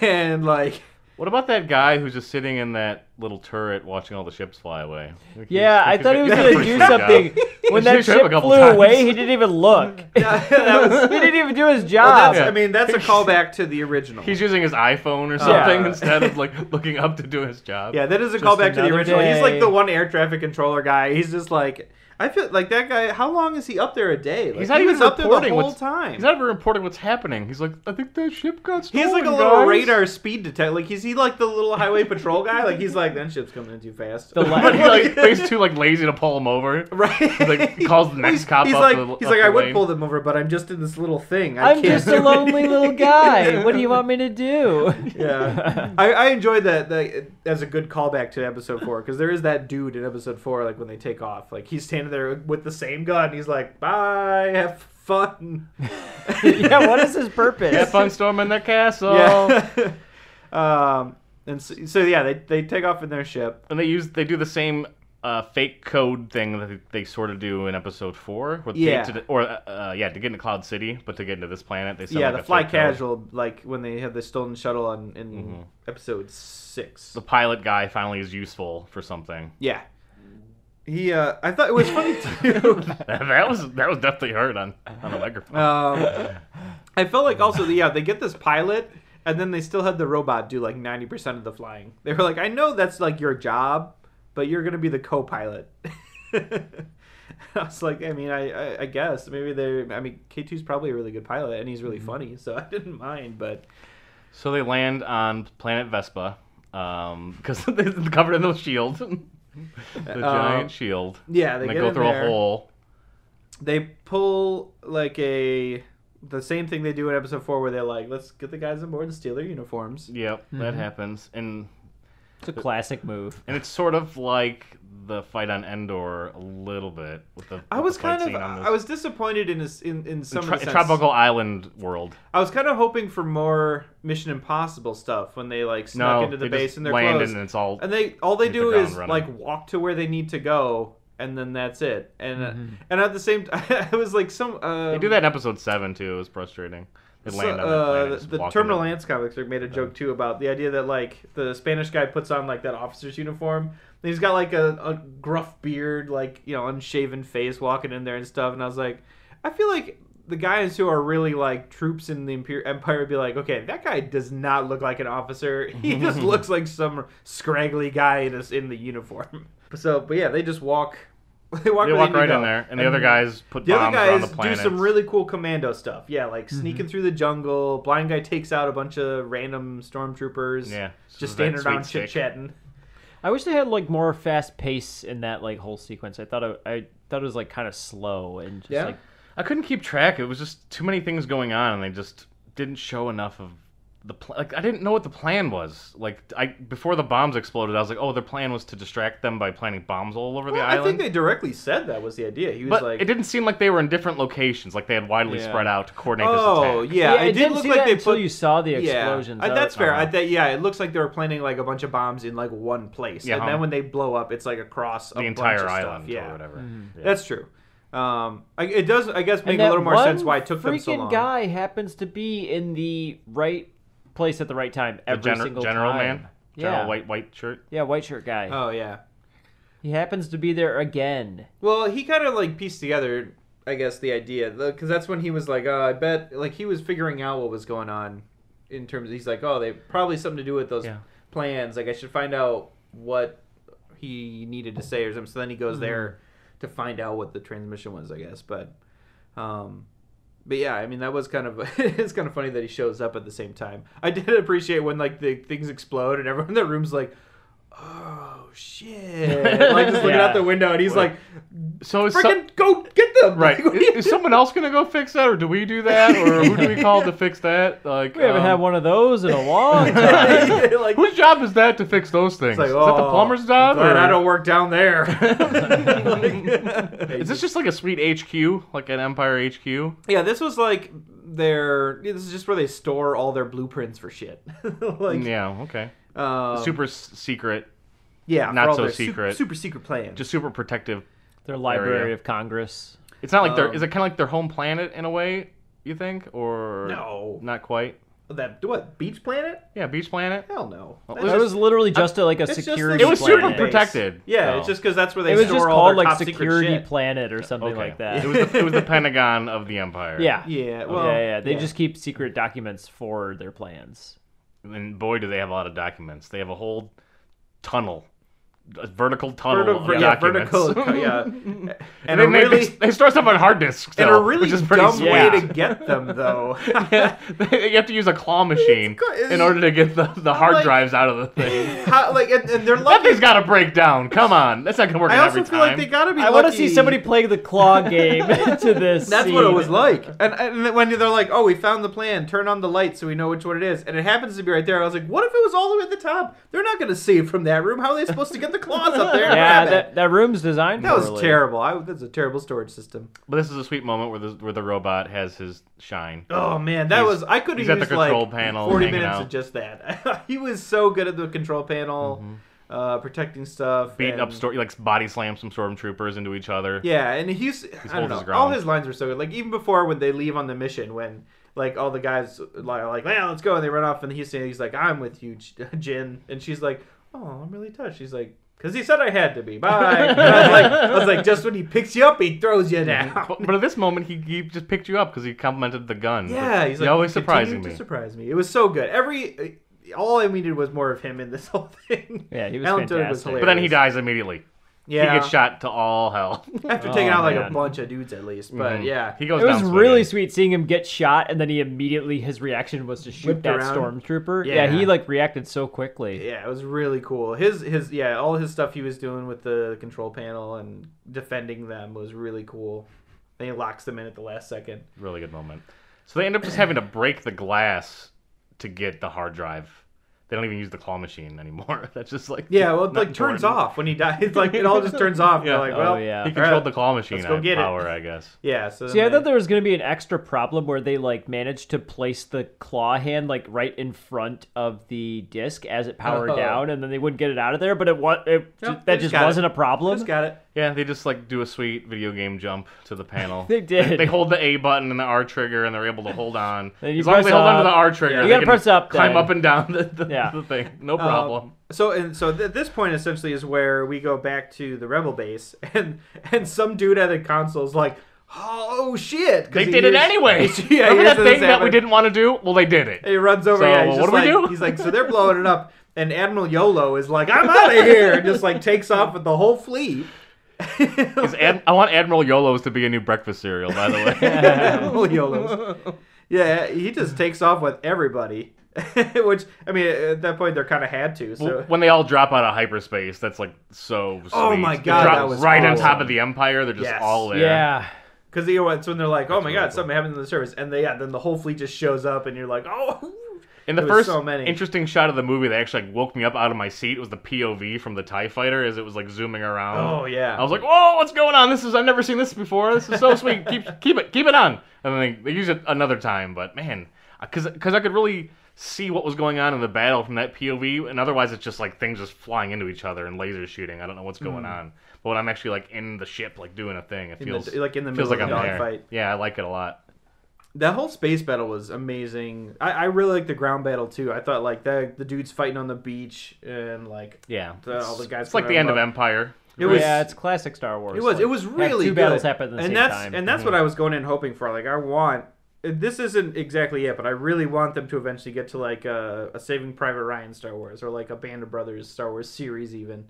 and like.
What about that guy who's just sitting in that little turret watching all the ships fly away?
yeah, I thought he was gonna do something. When
They
that
should show him a
ship
couple
flew away,
times.
he didn't even look.
Yeah, that was-
he didn't even do his
Well,
job.
that's, I mean, that's a callback to the original.
He's using his iPhone or something
Yeah.
instead of like looking up to do his job.
yeah, that is a
Just
callback to the
another
original. He's
day.
like the one air traffic controller guy. He's just like, I feel like that guy. How long is he up there a day? Like,
He's not
he
even
was up there the
reporting
whole
what's-
time.
He's not even reporting what's happening. He's like, I think that ship got
He
stolen.
has like a little
guys."
radar speed detect. Like, is he like the little highway patrol guy? Like, he's like, that ship's coming in too fast.
The la-
But he like, but he's too like lazy to pull him over.
right?
like, calls the next
he's,
cop
He's
up
like,
the-
he's
up
like,
the
I would
lane."
pull them over, but I'm just in this little thing. I
I'm
can't
just
do
a lonely little
anything."
guy. What do you want me to do?
yeah, I, I enjoyed that, that as a good callback to episode four because there is that dude in episode four, like when they take off, like he's standing there with the same gun. He's like, "Bye, have fun."
yeah, what is his purpose?
Have fun storming the castle. Oh.
Yeah. um, and so, so yeah, they they take off in their ship.
And they use they do the same uh, fake code thing that they- they sort of do in episode four. With
Yeah.
To, or uh, uh, yeah, to get into Cloud City, but to get into this planet, they send
yeah,
like
the
a
fly
fake code.
casual, like when they have the stolen shuttle on in episode six.
Mm-hmm. The pilot guy finally is useful for something.
Yeah. He, uh, I thought it was funny too.
that was that was definitely heard on on a microphone.
Um, I felt like also, yeah, they get this pilot, and then they still had the robot do like ninety percent of the flying. They were like, I know that's like your job, but you're gonna be the co-pilot. I was like, I mean, I, I, I guess maybe they. I mean, K 2s probably a really good pilot, and he's
Mm-hmm.
really funny, so I didn't mind. But
So they land on planet Vespa because it's covered in the shield, the giant shield.
Uh, um, yeah, they,
and they
get
go
in
through
there.
a hole.
They pull like a the same thing they do in episode four, where they're like, let's get the guys on board and steal their uniforms.
Yep,
Mm-hmm.
that happens, and
It's a classic move.
and it's sort of like the fight on Endor a little bit with the.
I
with
was
the fight
kind of
scene on this-
I was disappointed in his, in in some
Tri-
of the sense.
tropical island world.
I was kind of hoping for more Mission Impossible stuff when they like snuck
No,
into the
they
base
just
in their
land
clothes.
and it's all.
and they all they
Hit the
do
ground
is
running.
like walk to where they need to go and then that's it and uh, and at the same time it was like some uh
Mm-hmm. they do that in episode seven too. It was frustrating. They
so-
land on that
uh,
planet.
the-
just Uh-huh.
the
walk
Terminal
into-
Ants comics like, made a joke too about the idea that like the Spanish guy puts on like that officer's uniform. and he's got like a, a gruff beard, like you know, unshaven face, walking in there and stuff. And I was like, I feel like the guys who are really like troops in the Imper- Empire would be like, okay, that guy does not look like an officer. He just looks like some scraggly guy in, a, in the uniform. So, but yeah, they just walk. They walk,
They
where
walk
need to
right in
go.
there, and the other guys put
The other
bombs around
guys
the
do
planet.
some really cool commando stuff. Yeah, like
Mm-hmm.
sneaking through the jungle. Blind guy takes out a bunch of random stormtroopers.
Yeah, so
just
that
standing around
sweet
chit
stick.
chatting.
I wish they had like more fast pace in that like whole sequence. I thought it, I thought it was like kind of slow and just
Yeah.
like
I couldn't keep track. It was just too many things going on, and they just didn't show enough of the pl- like. I didn't know what the plan was. Like I before the bombs exploded, I was like, oh, their plan was to distract them by planting bombs all over the
I think
island.
they directly said that was the idea. He was
but
like,
it didn't seem like they were in different locations. Like they had widely
Yeah.
spread out to coordinate
"Oh
this attack.
yeah,
I
it did
didn't
look
see
like
that
they
until
put
you saw the
yeah."
explosions. uh,
I-
I-
that's fair. I
uh-huh.
think yeah, it looks like they were planting like a bunch of bombs in like one place,
Yeah,
and
huh.
then when they blow up, it's like across a
the
bunch
entire
of stuff.
island
Yeah, Mm-hmm.
or whatever. Yeah.
that's true. Um, I, it does, I guess, make
And
a
that
little more
one
sense why it took them so
freaking
long.
guy happens to be in the right place at the right time
The
every
gener-
single
general
time.
man,
Yeah.
general white white shirt.
Yeah, white shirt guy.
Oh yeah.
He happens to be there again.
Well, he kind of like pieced together, I guess, the idea because that's when he was like, "Oh, I bet," like he was figuring out what was going on in terms. Of, he's like, "Oh, they probably something to do with those
Yeah.
plans." Like, I should find out what he needed to say or something. So then he goes there to find out what the transmission was, I guess. But, um, but yeah, I mean that was kind of it's kind of funny that he shows up at the same time. I did appreciate when like the things explode and everyone in the room's like, "Oh shit!" like just looking
Yeah.
out the window and he's
Well,
like,
So is some-
"Freaking go get them!"
right?
Like, what do you-
is, is someone else gonna go fix that, or do we do that, or who do we call to fix that? Like
We haven't
um,
had one of those in a long time.
like,
Whose job is that to fix those things?
like,
is that the
"Oh,
plumber's job?
glad
or-
I don't work down there.
is this just like a sweet HQ, like an Empire HQ?
yeah, this was like their. This is just where they store all their blueprints for shit. like,
yeah, okay.
um,
super s- secret,
Yeah, for
not
all
so
their sup-
secret.
super secret plans.
just super protective.
Their Library
Area.
of Congress.
It's not like their.
Um,
Is it kind of like their home planet in a way? You think, or
no,
not quite?
that what beach planet?
Yeah, beach planet.
Hell no.
Well,
That's
That
It
just-
was-
was literally just a, like a
it's just
security.
like
It was
planet.
super protected,
Yeah,
so.
it's just because that's where they
It was
store
just
all
called
their
like
top secret
Security
shit.
Planet or something
Okay.
like that.
It was, the, it was the Pentagon of the Empire.
yeah.
Yeah,
Okay,
Oh,
well,
yeah, yeah. They just keep secret documents for their plans.
And boy, do they have a lot of documents. They have a whole tunnel, a vertical tunnel
vertical,
of
yeah,
documents.
vertical, yeah, and
And
a
they, make-
really
they store stuff on hard disks.
and
though,
a really
which is pretty
dumb
sweet.
way
Yeah.
to get them though.
you have to use a claw machine
It's co-
in order to get the, the hard
like-
drives out of the thing.
How, like, and, and they're
That
lucky.
thing's got to break down. Come on, that's not gonna work
I
out
also
every
feel
time.
like they gotta be.
I
want to
see somebody play the claw game to this.
That's what it
scene.
was like. And, and then when they're like, "Oh, we found the plan. Turn on the light so we know which one it is," and it happens to be right there. I was like, "What if it was all the way at the top? They're not going to see it from that room. How are they supposed to get the claws up there?" and
Yeah,
grab it?"
that, that room's designed
That was
poorly.
terrible. I, that's a terrible storage system.
But this is a sweet moment where the where the robot has his shine.
Oh man, that was I could have
he's at
used
the control
like
panel
forty
hanging
minutes
out.
of just that. he was so good at the control panel, uh, protecting stuff,
Beating
and,
up store, he, like body slams some stormtroopers into each other.
Yeah, and he's, I don't
holds
know,
his
all
ground.
his lines were so good. Like even before when they leave on the mission, when like all the guys like are like, "Yeah, let's go," and they run off, and he's saying, "He's like, I'm with you, J- Jin," and she's like, "Oh, I'm really touched." She's like. Cause he said I had to be. Bye. And I, was like, I was like, just when he picks you up, he throws you down.
But, but at this moment, he, he just picked you up because he complimented the gun.
Yeah, he's like
always
"Continue
surprising
to
me.
surprise me. It was so good. Every uh, all I needed was more of him in this whole thing.
Yeah, he was
Alan Tudyk
fantastic.
hilarious.
But then he dies immediately. He
Yeah.
gets shot to all hell.
After
Oh,
taking out like
man.
a bunch of dudes at least, but
Mhm.
yeah.
He goes
It was
down
really
swinging.
sweet seeing him get shot, and then he immediately his reaction was to shoot
Whipped
that
around.
stormtrooper. Yeah.
Yeah.
he like reacted so quickly.
Yeah, it was really cool. His his yeah, all his stuff he was doing with the control panel and defending them was really cool. Then he locks them in at the last second.
really good moment. So they end up just having to break the glass to get the hard drive. They don't even use the claw machine anymore. That's just like
Yeah, well, it
not
like turns
important.
off when he dies. Like it all just turns off.
Yeah.
Yeah. Like,
Oh,
well,
yeah.
He
all right.
controlled the claw machine
let's go
out of
get it.
power, I guess.
Yeah. So
See, I
then
thought there was going to be an extra problem where they like managed to place the claw hand like right in front of the disc as it powered
Oh.
down, and then they wouldn't get it out of there. But it was it, that
Nope, they just
just,
got it.
wasn't a
they-
problem.
just got it.
Yeah, they just like do a sweet video game jump to the panel.
They did.
They hold the A button and the R trigger, and they're able to hold on.
Then you
As long as
press
they hold on to
up.
the R trigger,
You
they
gotta
can
press up
climb
then.
up and down the, the,
Yeah.
the thing. No
Um,
problem.
so and so th- this point essentially is where we go back to the rebel base and and some dude at the console's like, oh shit, 'cause
they
he
did it
hears-
anyway.
yeah,
Remember
he
that
hears
thing that we
happen.
didn't want to do? Well, they did it.
And he runs over.
So,
yeah, he's
what
just
do we
like-
do?
He's like, so they're blowing it up, and Admiral Yolo is like, I'm out of here, and just like takes off with the whole fleet.
Is Ad- I want Admiral Yolos to be a new breakfast cereal, by the way.
Admiral Yolos. Yeah, he just takes off with everybody. Which I mean, at that point, they're kind of had to. So
W- when they all drop out of hyperspace, that's like so. Sweet.
Oh my
They
God,
drop
that was
right on
awesome.
top of the Empire. They're just
Yes.
all there.
yeah,
Because you know it's when they're like, "Oh my
really
god,
cool.
something happened in the service," and they, yeah, then the whole fleet just shows up, and you're like, "Oh,
In the
There was
first
so many.
interesting shot of the movie that actually like, woke me up out of my seat was the POV from the Tie Fighter as it was like zooming around.
oh yeah."
I was like, "Whoa, what's going on? This is I've never seen this before. This is so sweet. Keep keep it keep it on." And then they, they use it another time, but man, because because I could really see what was going on in the battle from that POV, and otherwise it's just like things just flying into each other and laser shooting. I don't know what's going on, but when I'm actually like in the ship, like doing a thing, it
Hmm. In the-
feels
like in the
feels
middle
like
of
I'm
a
there.
dogfight.
Yeah, I like it a lot.
that whole space battle was amazing. I, I really like the ground battle too. I thought like the the dudes fighting on the beach and like
Yeah,
The- all the guys
It's like the
coming
end of
up.
Empire.
It was-
yeah. It's classic Star Wars.
It was.
like,
It was
have
really
two battles
good.
happen at the
and
same
that's,
time. Mm-hmm.
And that's what I was going in hoping for. Like I want. This isn't exactly it, but I really want them to eventually get to like a, a Saving Private Ryan Star Wars or like a Band of Brothers Star Wars series even.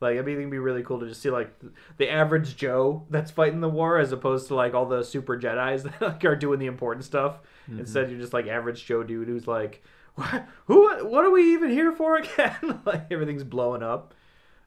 Like I mean, it'd be really cool to just see like the average Joe that's fighting the war, as opposed to like all the super Jedi's that like are doing the important stuff.
Mm-hmm.
Instead, you're just like average Joe dude who's like, what, who? What are we even here for again? like everything's blowing up.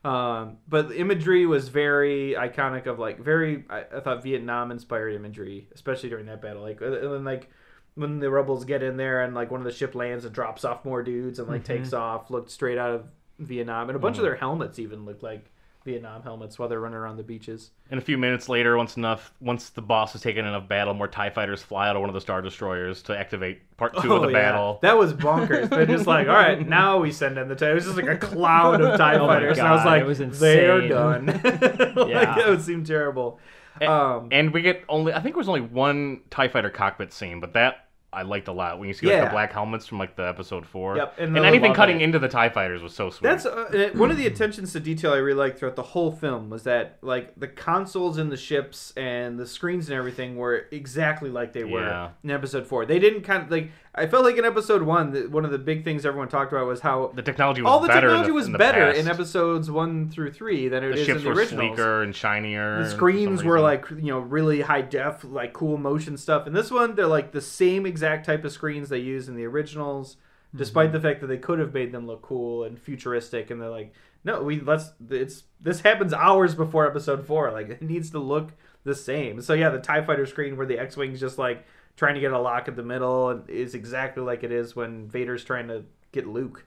Um, but the imagery was very iconic of like very I, I thought Vietnam inspired imagery, especially during that battle. Like uh, and then like when the rebels get in there and like one of the ship lands and drops off more dudes and like
Mm-hmm.
takes off, looked straight out of Vietnam, and a bunch of their helmets even looked like Vietnam helmets while they're running around the beaches.
And a few minutes later, once enough, once the boss has taken enough battle, more Tie Fighters fly out of one of the Star Destroyers to activate part two of the
Oh, yeah.
battle.
That was bonkers. They're just like, all right, now we send in the tie. It was just like a cloud of tie
Oh my
fighters, and I was
God,
like,
it was
they are
insane.
done. yeah,
Yeah. Eh.
it would seem terrible.
A-
Um,
And we get only I think there was only one TIE fighter cockpit scene, but that I liked a lot. When you see like
Yeah.
the black helmets from like the episode four.
Yep, and
And,
the
anything
lava.
cutting into the TIE fighters was so sweet.
That's uh, and one of
Hmm.
the attentions to detail I really liked throughout the whole film was that like the consoles in the ships and the screens and everything were exactly like they were
Yeah.
in episode four. They didn't kind of like I felt like in episode one that one of the big things everyone talked about was how
the technology was
all the
better. in
technology
the-
was
in the
better
past.
in episodes one through three than it
The
is
ships
in
were
the originals.
sleeker and shinier.
The
for some
screens were
reason.
like you know really high def, like cool motion stuff. And this one, they're like the same exact type of screens they used in the originals,
Mm-hmm.
despite the fact that they could have made them look cool and futuristic. And they're like, no, we let's it's this happens hours before episode four. Like it needs to look the same. So yeah, the Tie Fighter screen where the X Wing's just like trying to get a lock at the middle and is exactly like it is when Vader's trying to get Luke.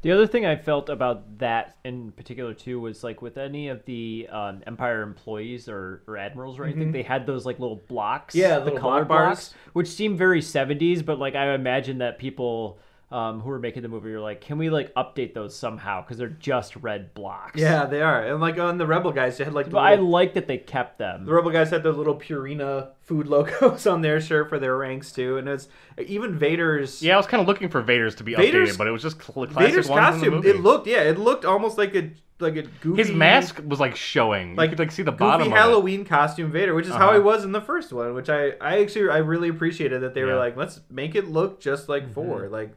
The other thing I felt about that in particular too was like with any of the um, Empire employees or, or admirals or anything, they had those like little blocks,
Mm-hmm. Yeah,
the
little
color
block bars.
blocks, which seemed very seventies. But like I imagine that people um, who were making the movie were like, can we like update those somehow because they're just red blocks.
Yeah, they are. And like on the Rebel guys, they had like the
but I
little-
like that they kept them.
The Rebel guys had their little Purina food logos on their shirt for their ranks too, and it's even Vader's.
Yeah, I was kinda looking for Vader's to be
Vader's-
updated, but it was just cl- classic
Vader's
ones in the
costume.
movie.
It looked, yeah, it looked almost like a like a goofy.
his mask was like showing.
Like,
you could like see the
goofy
bottom of it.
Halloween costume Vader, which is how
Uh-huh.
he was in the first one. Which I I actually I really appreciated that they were
Yeah. Mm-hmm.
like, let's make it look just like 4 Like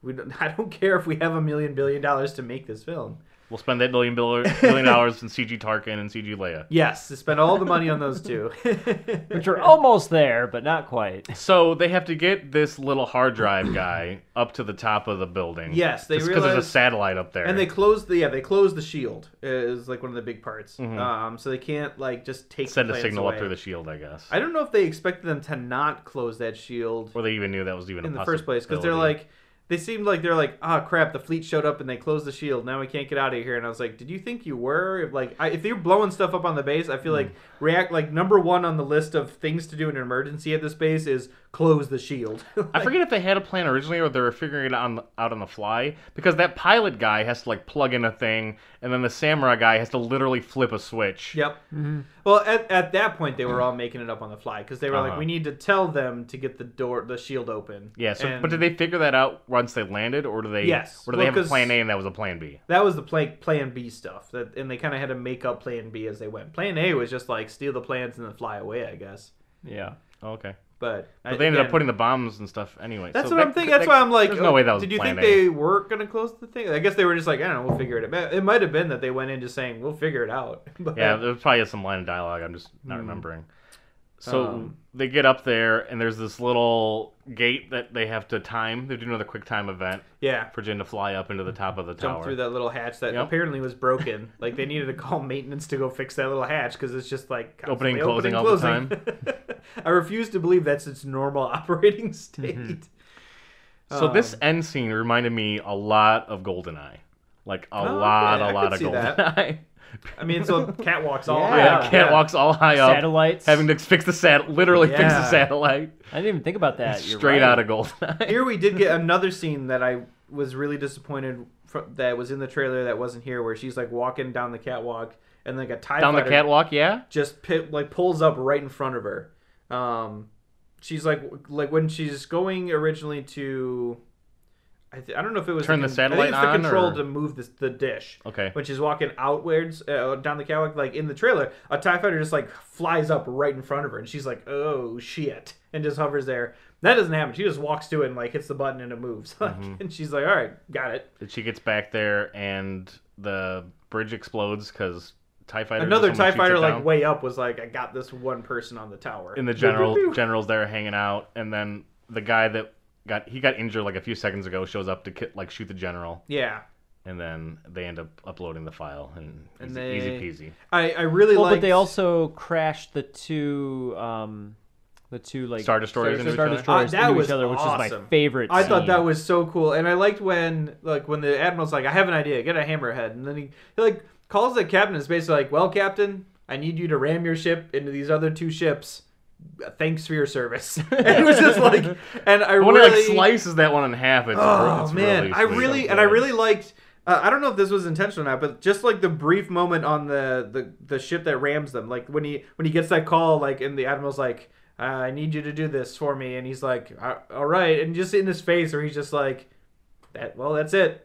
We don't, I don't care if we have a million billion dollars to make this film.
We'll spend that billion bill- billion dollars in CG Tarkin and CG Leia.
Yes, to spend all the money on those two.
which are almost there, but not quite.
So they have to get this little hard drive guy up to the top of the building.
Yes, they
because there's a
realize-
satellite up there.
and they closed the yeah they closed the shield is like one of the big parts. Um, so they can't like just take
Mm-hmm. send a
the plans
signal
away.
up through the shield, I guess.
I don't know if they expected them to not close that shield
or they even knew that was even
in
a
the first place because they're
possibility.
like they seemed like they're like ah crap the fleet showed up and they closed the shield now we can't get out of here and i was like did you think you were if like I, if you're blowing stuff up on the base i feel
Mm.
like react like number one on the list of things to do in an emergency at this base is close the shield
I forget if they had a plan originally or they were figuring it out on, out on the fly because that pilot guy has to like plug in a thing and then the samurai guy has to literally flip a switch.
Yep.
Mm-hmm.
Well, at, at that point, they were all making it up on the fly because they were like,
Uh-huh.
"We need to tell them to get the door, the shield open."
Yeah, so,
And
but did they figure that out once they landed or do they
Yes.
or do
Well,
they have a
'cause-
plan A and that was a plan B?
That was the plan, plan B stuff, that, and they kind of had to make up Plan B as they went. Plan A was just like steal the plans and then fly away, I guess.
Yeah.
Oh, okay.
But,
But they ended
again,
up putting the bombs and stuff anyway.
That's
so
what
that
I'm thinking.
could-
That's
that-
why I'm like,
there's no way that was
did you
plan
think
A.
they were gonna close the thing? I guess they were just like, I don't know, we'll figure it out. It might have been that they went in just saying, we'll figure it out. But,
Yeah, there's probably some line of dialogue I'm just not remembering. So
Hmm. Um,
they get up there, and there's this little gate that they have to time. They do another quick time event
yeah.
for Jin to fly up into the top of the
jump
tower.
through that little hatch that
Yep.
apparently was broken. like they needed to call maintenance to go fix that little hatch because it's just like
Opening and
constantly
closing all the
closing. I refuse to believe that's its normal operating
Mm-hmm.
state.
so this
Um,
end scene reminded me a lot of GoldenEye, like a
Oh, okay,
lot,
I
a
could
lot of
see that.
GoldenEye.
I mean, so catwalks all
Yeah,
yeah,
out.
catwalks all high up,
Satellites.
having to fix the sat, literally fix
Yeah.
the satellite,
I didn't even think about that. You're
straight
right.
out of GoldenEye.
Here we did get another scene that I was really disappointed fro- that was in the trailer that wasn't here, where she's like walking down the catwalk and like a tie
Down the
fighter
catwalk, yeah.
just pi like pulls up right in front of her. Um, she's like like when she's going originally to, I, th- I don't know if it was
Turn the
con-
satellite
I think it's
on,
the control
or-
to move this, the dish.
Okay.
When she's walking outwards uh, down the catwalk, like in the trailer, a Tie Fighter just like flies up right in front of her, and she's like, "Oh shit!" and just hovers there. That doesn't happen. She just walks to it and like hits the button and it moves. Like,
Mm-hmm.
And she's like, "All right, got it."
that she gets back there and the bridge explodes because tie fighter
Another
someone
Tie
shoots it
Fighter like
down.
way up was like, "I got this one person on the tower."
and the
Pew, pew,
general
pew.
general's there hanging out and then the guy that got he got injured like a few seconds ago shows up to ki- like shoot the general
Yeah.
and then they end up uploading the file and,
And
easy,
they-
easy peasy
I, I really
Well,
like.
but they also crashed the two, um, the two like
Star Destroyers into
Star
each other?
Destroyers
Uh, that
into
was
each other, which is my
awesome.
favorite.
I thought
scene.
that was so cool, and I liked when like when the admiral's like, "I have an idea, get a hammerhead," and then he, he like calls the captain. It's basically like, "Well, captain, I need you to ram your ship into these other two ships. Thanks for your service." and it was just like, and I
but when
really
it like slices that one in half it's,
Oh
it's
man,
really
I
sweet.
really and I really liked. Uh, I don't know if this was intentional or not, but just like the brief moment on the, the the ship that rams them, like when he when he gets that call, like and the admiral's like, uh, "I need you to do this for me," and he's like, "A- "All right," and just in his face, where he's just like, "That well, that's it,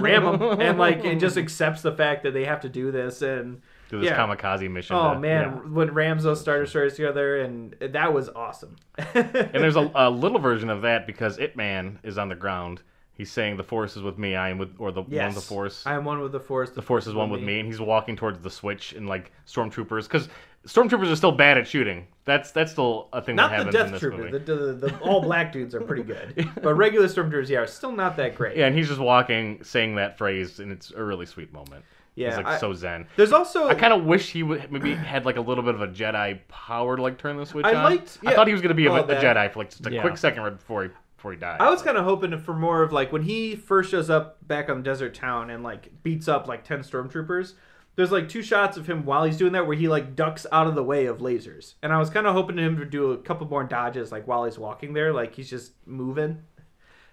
ram them," and like and just accepts the fact that they have to do this and.
do this
yeah.
kamikaze mission
Oh
to-
man,
yeah.
when Rams those Star Destroyers together, and that was awesome.
and there's a, a little version of that because it man is on the ground he's saying the force is with me i am with or the one of the force
I am one with the force.
the force is one with me, and he's walking towards the switch and like stormtroopers, because stormtroopers are still bad at shooting. That's that's still a thing
Not
that
the
happens in
Death
this
Trooper. The,
movie.
the, the, all black dudes are pretty good, but regular stormtroopers, yeah, are still not that great.
Yeah, and he's just walking, saying that phrase, and it's a really sweet moment.
Yeah,
he's like
I-
so zen.
There's also
I kind of wish he would maybe had like a little bit of a Jedi power to like turn the switch
I
on.
liked-
I
yeah,
thought he was gonna be a,
all
a
that.
Jedi for like just a
Yeah.
quick second right before he before he died.
I was kind of hoping for more of like when he first shows up back on Desert Town and like beats up like ten stormtroopers. There's like two shots of him while he's doing that where he like ducks out of the way of lasers, and I was kind of hoping him to do a couple more dodges like while he's walking there, like he's just moving.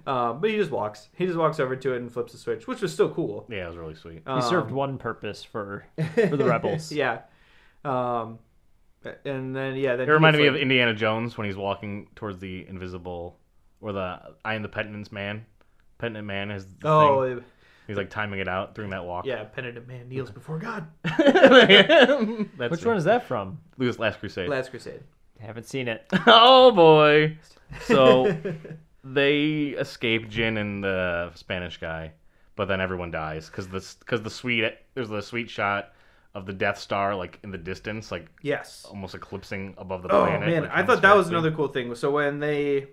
Uh, but he just walks. He just walks over to it and flips the switch, which was still cool.
yeah, it was really sweet.
Um,
He served one purpose for for the rebels.
Yeah. Um, and then yeah, then
It reminded me of Indiana Jones when he's walking towards the invisible or the I am the Penitence Man. Penitent Man is the
oh
thing.
it-
He's like timing it out during that walk.
yeah, penitent man kneels before God.
That's
Which
it.
one is that from?
Lucas Last Crusade.
Last Crusade.
haven't seen it.
oh boy. So they escape Jin and the Spanish guy, but then everyone dies because the because the sweet there's the sweet shot of the Death Star like in the distance, like
Yes.
almost eclipsing above the
Oh
planet.
man,
Oh, like,
I thought that was
conspicuously.
another cool thing. So when they,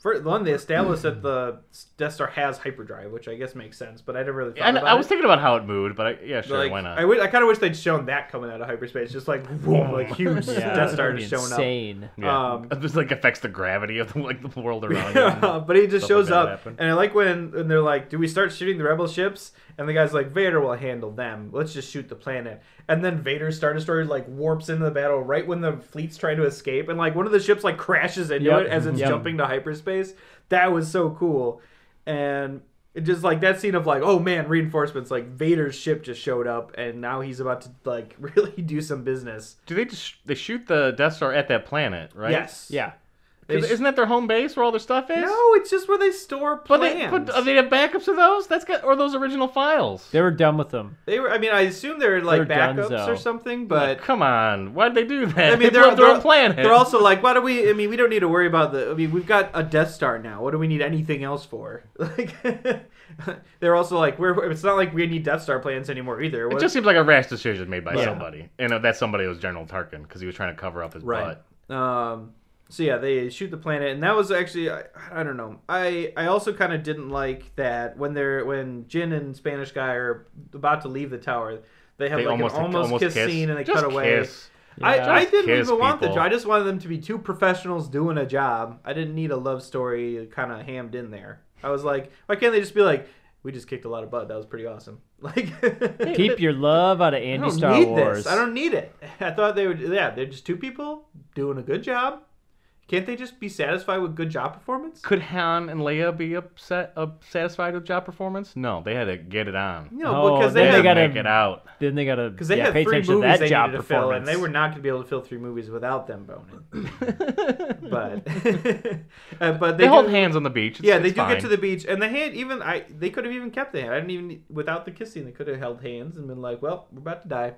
for one, they established that the Death Star has hyperdrive, which I guess makes sense. But I never really thought
And
about
I was
it.
thinking about how it moved, but I, yeah, sure,
like,
why not?
I, would, I kind of wish they'd shown that coming out of hyperspace, just like whoom, like huge
Yeah,
Death Star
that'd be
just showing up.
insane.
yeah,
um,
it just like affects the gravity of the, like the world around.
Yeah,
you.
but he
Something
just shows
bad
up,
happened.
and I like when, when they're like, "Do we start shooting the rebel ships?" And the guy's like, "Vader will handle them. Let's just shoot the planet." And then Vader's star destroyer like warps into the battle right when the fleet's trying to escape, and like one of the ships like crashes into
Yep.
it as it's
Yep.
jumping to hyperspace. That was so cool, and it just like that scene of like, "Oh man, reinforcements!" Like Vader's ship just showed up, and now he's about to like really do some business.
Do they just they shoot the Death Star at that planet? Right?
Yes.
Yeah.
They
'Cause
sh-
Isn't that their home base where all their stuff is?
No, it's just where they store
But
plans.
they but uh, they have backups of those. That's got or those original files.
They were done with them.
They were. I mean, I assume they're like
They're
backups
Dunzo.
or something, but.
Oh, Come on, why'd they do that?
I mean,
they
they're,
blew up their
they're,
own planet.
they're also like, why do we? I mean, we don't need to worry about the. I mean, we've got a Death Star now. What do we need anything else for? Like, they're also like, we're. It's not like we need Death Star plans anymore either.
It
What-
just seems like a rash decision made by
Yeah.
somebody, and uh, that somebody was General Tarkin because he was trying to cover up his
Right.
butt.
Um, so yeah, they shoot the planet, and that was actually I, I don't know. I I also kind of didn't like that when they're when Jin and Spanish guy are about to leave the tower, they have
They
like
almost
an almost,
almost
kiss,
kiss.
scene and they
Just
cut away.
kiss.
Yeah.
I, I
Just
didn't even
kiss
want the
people.
I just wanted them to be two professionals doing a job. I didn't need a love story kind of hammed in there. I was like, why can't they just be like, we just kicked a lot of butt. That was pretty awesome. Like,
Keep your love out of
I
Andy
don't
Star
need
Wars.
this. I don't need it. I thought they would. Yeah, they're just two people doing a good job. Can't they just be satisfied with good job performance?
Could Han and Leia be upset, up, satisfied with job performance? No, they had to get it on.
No,
Oh,
because
then
they
had
had
to
gotta-
make it out.
Then they gotta
because they
yeah,
had
pay
three
attention to
movies
that
they
job
needed to fill, and
performance.
they were not going to be able to fill three movies without them boning. but uh, but
They,
they,
hold
do,
hands on the beach. It's-
Yeah, they
it's
do
fine.
get to the beach, and the hand even I they could have even kept the hand. I didn't even without the kissing, they could have held hands and been like, "Well, we're about to die.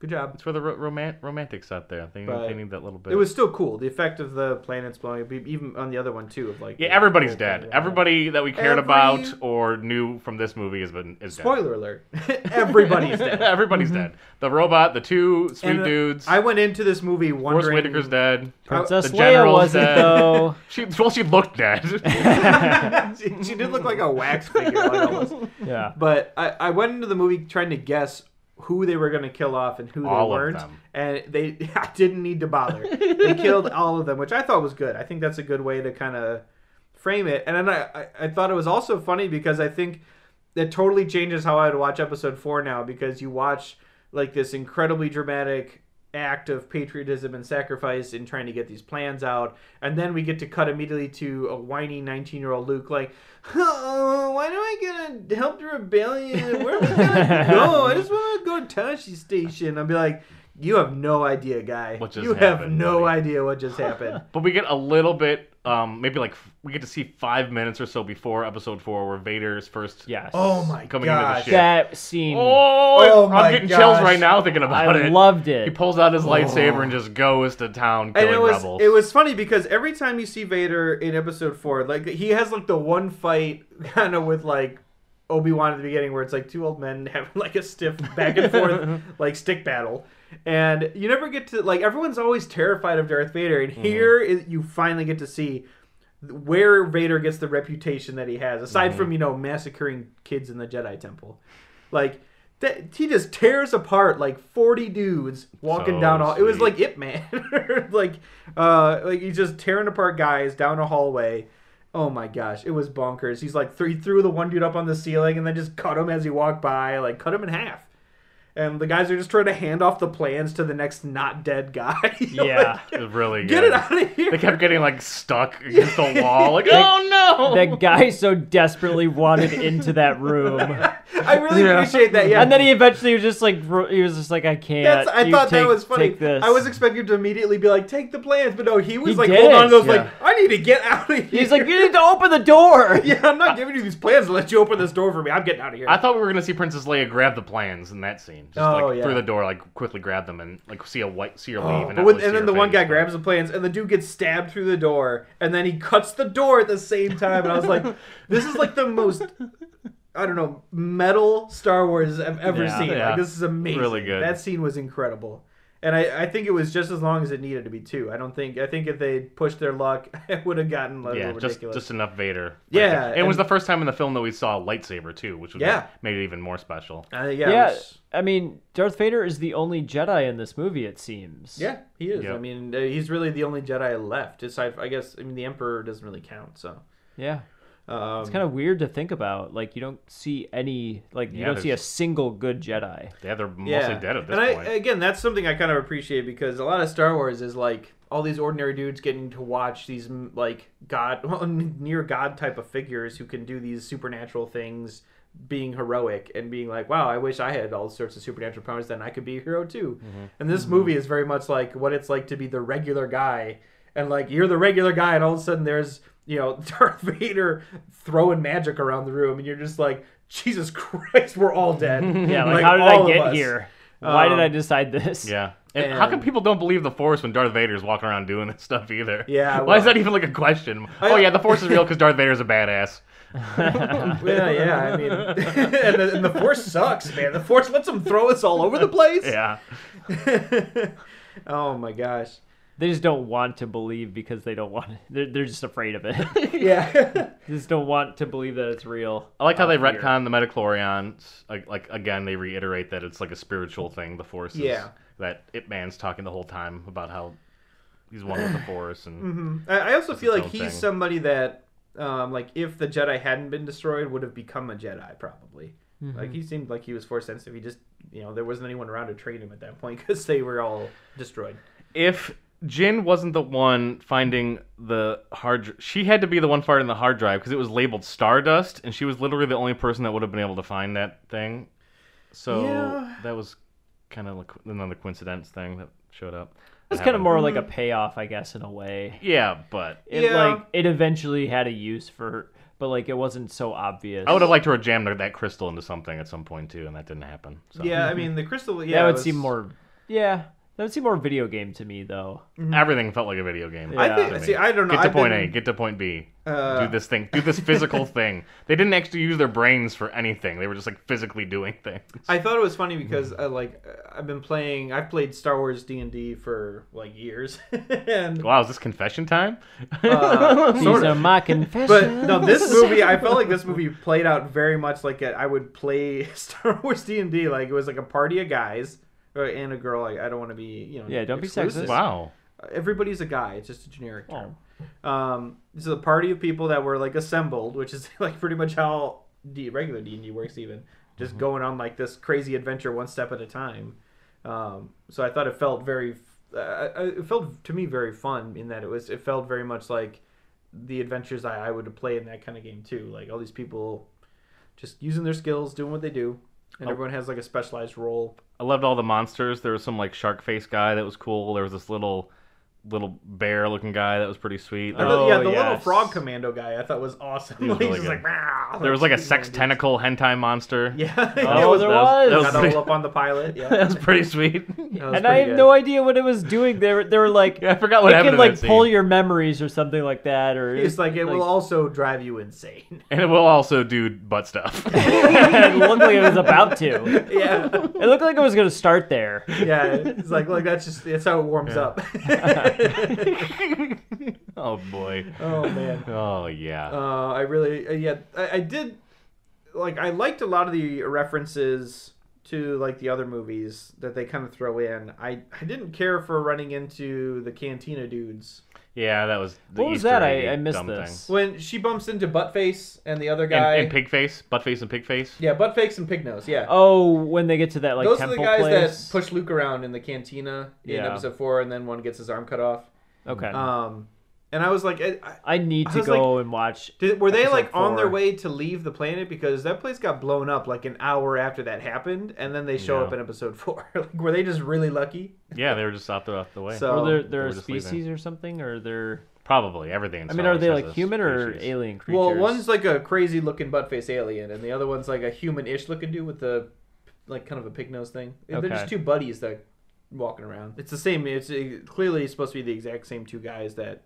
Good job."
It's for the ro- romant- romantics out there. They,
But
they need that little bit.
It was still cool. The effect of the planets blowing, up, even on the other one too. Of like,
yeah,
the-
everybody's
the-
dead.
the-
Everybody that we cared
Every-
about or knew from this movie has been is dead.
Spoiler alert: Everybody's dead.
Everybody's dead. The robot, the two sweet
Mm-hmm. And, uh,
dudes.
I went into this movie
Forrest
wondering.
Whitaker's dead.
Princess Leia
The general's
wasn't
dead.
though.
She well, she looked dead.
she, she did look like a wax figure, like almost.
Yeah.
but I, I went into the movie trying to guess who they were going to kill off and who
All
they
of
weren't,
them.
and they I didn't need to bother. they killed all of them, which I thought was good. I think that's a good way to kind of frame it. And then I, I, I thought it was also funny because I think that totally changes how I would watch episode four now because you watch like this incredibly dramatic act of patriotism and sacrifice in trying to get these plans out and then we get to cut immediately to a whiny 19 year old luke like oh why do i gotta help the rebellion where are we gonna go i just want to go to tashi station i'll be like you have no idea guy
What just
you have
happened,
no
buddy?"
idea what just happened
but we get a little bit, um, maybe like f- we get to see five minutes or so before episode four, where Vader's first.
Yes.
oh my
Coming into the
gosh
ship.
That scene.
Oh,
Oh my
I'm getting chills
gosh.
right now thinking about
I
it.
loved
He
it.
pulls out his lightsaber and just goes to town killing
Oh. and it was
rebels.
it was funny because every time you see Vader in Episode Four, like he has like the one fight kind of with like Obi Wan at the beginning, where it's like two old men having like a stiff back and forth like stick battle, and you never get to like everyone's always terrified of Darth Vader, and here is, you finally get to see where Vader gets the reputation that he has, aside
Mhm.
from you know massacring kids in the Jedi Temple, like. That, he just tears apart like 40 dudes walking
So
down all it was
sweet.
like Ip Man. like uh like he's just tearing apart guys down a hallway. Oh my gosh, it was bonkers. He's like three threw the one dude up on the ceiling and then just cut him as he walked by, like cut him in half. And the guys are just trying to hand off the plans to the next not dead guy.
Yeah.
It was really
Get
good.
it out of here.
They kept getting like stuck against the wall. Like, oh no!
That guy so desperately wanted into that room,
I really
Yeah.
appreciate that. Yeah.
and then he eventually was just like, ro- he was just like, I can't.
That's, I
You
thought that
take-
was funny.
Take this.
I was expecting him to immediately be like, "Take the plans," but no, he was
He
like,
did.
"Hold on," to those
Yeah.
like, "I need to get out of here."
He's like, you need to open the door.
"Yeah, I'm not giving you these plans to let you open this door for me. I'm getting out of here."
I thought we were gonna see Princess Leia grab the plans in that scene. just
Oh,
like
yeah. Oh,
through the door, like quickly grab them and like see a white, see her leave, and, not
But when,
really
and
see
then
her
the one
face,
guy
but-
grabs the plans, and the dude gets stabbed through the door, and then he cuts the door at the same time. And I was like, this is like the most, I don't know, metal Star Wars I've ever
Yeah,
seen.
yeah.
Like, this is amazing.
Really good.
That scene was incredible. And I, I think it was just as long as it needed to be, too. I don't think, I think if they pushed their luck, it would have gotten a little
Yeah, just
ridiculous.
just enough Vader.
Yeah,
it was
and-
the first time in the film that we saw a lightsaber too, which was
Yeah.
made it even more special.
Uh, yeah. it
Yeah,
was-
I mean, Darth Vader is the only Jedi in this movie. It seems.
yeah, he is.
Yep.
I mean, uh, he's really the only Jedi left. Aside, I guess, I mean, the Emperor doesn't really count. So
yeah.
um,
It's kind of weird to think about. Like you don't see any, like you
Yeah,
don't see a
there's-
single good Jedi.
Yeah, they're mostly dead at this
and I,
point.
Again, that's something I kind of appreciate because a lot of Star Wars is like all these ordinary dudes getting to watch these m- like god, well, near god type of figures who can do these supernatural things, being heroic and being like, wow, I wish I had all sorts of supernatural powers, then I could be a hero too.
Mm-hmm.
And this movie is very much like what it's like to be the regular guy, and like you're the regular guy, and all of a sudden there's you know Darth Vader throwing magic around the room, and you're just like. Jesus Christ, we're all dead.
Yeah, like, how did I
all of
get
us.
here? Why did I
Um,
decide this?
yeah. And, how come
and-
people don't believe the Force when Darth Vader's walking around doing this stuff either?
Yeah,
Why
well-
is that even like a question? oh yeah, the Force is real because Darth Vader's a badass.
Yeah, yeah. I mean, and, the, and the force sucks, man. The force lets them throw us all over the place.
Yeah.
oh my gosh.
They just don't want to believe because they don't want. They're, they're just afraid of it. they
Yeah.
just don't want to believe that it's real.
I like how
out
they
of fear.
retcon the Metachlorians. Like, like again, they reiterate that it's like a spiritual thing. The Force. Is,
Yeah.
That It Man's talking the whole time about how he's one with the Force and
Hmm. I, I also feel
its
like
own
he's
thing.
somebody that, um, like, if the Jedi hadn't been destroyed, would have become a Jedi probably.
Mm-hmm.
Like he seemed like he was force sensitive. He just, you know, there wasn't anyone around to train him at that point because they were all destroyed.
if Jin wasn't the one finding the hard dr- she had to be the one finding the hard drive because it was labeled Stardust and she was literally the only person that would have been able to find that thing. So
Yeah.
that was kind of like another coincidence thing that showed up.
It's
That
kind of
happened.
more like a payoff, I guess, in a way.
Yeah, but
It
Mm-hmm. Yeah.
like it eventually had a use for, but like it wasn't so obvious.
I would have liked to have jammed that crystal into something at some point too, and that didn't happen. So.
Yeah, I mean the crystal. Yeah,
mm-hmm. that would
was-
seem more. Yeah, that would seem more video game to me though.
everything felt like a video game.
Mm-hmm. I
Yeah.
to
think.
me.
See, I don't know.
Get to
I've
point
been-
A, get to point B.
Uh,
do this thing, do this physical thing. They didn't actually use their brains for anything. They were just like physically doing things.
I thought it was funny because I like uh, I've been playing I've played Star Wars D and D for like years, and
Wow, is this confession time?
uh,
These
sort
are
of.
my confessions.
But no, this movie I felt like this movie played out very much like a, I would play Star Wars D and D like it was like a party of guys or- and a girl. Like, I don't want to be you know
Yeah, don't be
exclusive.
sexist.
wow.
Everybody's a guy. It's just a generic term. Um, so the party of people that were like assembled, which is like pretty much how D- regular D and D works, even just going on like this crazy adventure one step at a time. Um, so I thought it felt very, uh, uh, it felt to me very fun in that it was, it felt very much like the adventures I, I would play in that kind of game too. Like all these people just using their skills, doing what they do, and everyone has like a specialized role.
I loved all the monsters. There was some like shark face guy that was cool. There was this little little bear looking guy that was pretty sweet. There,
I thought- yeah,
Oh,
the little
yes.
frog commando guy I thought was awesome.
He was
He's
really good.
just like, "Rah!"
there was like a
he's
sex
gonna do
tentacle hentai monster.
Yeah.
Oh,
it was,
there
that was-
was.
that was
got
pretty-
all up on the pilot.
That
Yeah.
was pretty sweet.
That was
and I
pretty
have
good.
no idea what it was doing. They were, they were like,
Yeah, I forgot what
it
happened
can
in
like
that
pull
scene.
your memories or something like that, or
It's like it will also drive you insane.
And it will also do butt stuff.
it looked like it was about to.
yeah.
It looked like it was going to start there.
Yeah. It's like like that's just that's how it warms up.
oh boy.
oh man.
Oh yeah.
Uh, I really uh, yeah I, I did like I liked a lot of the references to like the other movies that they kind of throw in. I I didn't care for running into the cantina dudes
yeah, that was. The
What was
Easter
that? I-
eggy
I missed
dumb
this.
thing.
when she bumps into Buttface and the other guy.
And, and Pigface, Buttface, and Pigface.
yeah, Buttface and Pignose. Yeah.
Oh, when they get to that like
Those are
temple
the guys
place.
that push Luke around in the cantina in
Yeah.
episode four, and then one gets his arm cut off.
okay,
Uh,
Um, and I was like, I, I,
I need
I
to
was
go and watch.
did, were they
Episode
like on their
four.
way to leave the planet because that place got blown up like an hour after that happened, and then they show
Yeah.
up in episode four? like, were they just really lucky?
Yeah, they were just out there off the way.
So-
Or they're,
they
they're
were
a
just leaving.
species or something, or they're.
Probably everything. in
I mean,
Star
are they
Wars has
like
a
human or
species.
alien creatures?
Well, one's like a crazy looking butt face alien, and the other one's like a human ish looking dude with the like kind of a pig nose thing.
Okay.
They're just two buddies that walking around. It's the same. It's uh, clearly supposed to be the exact same two guys that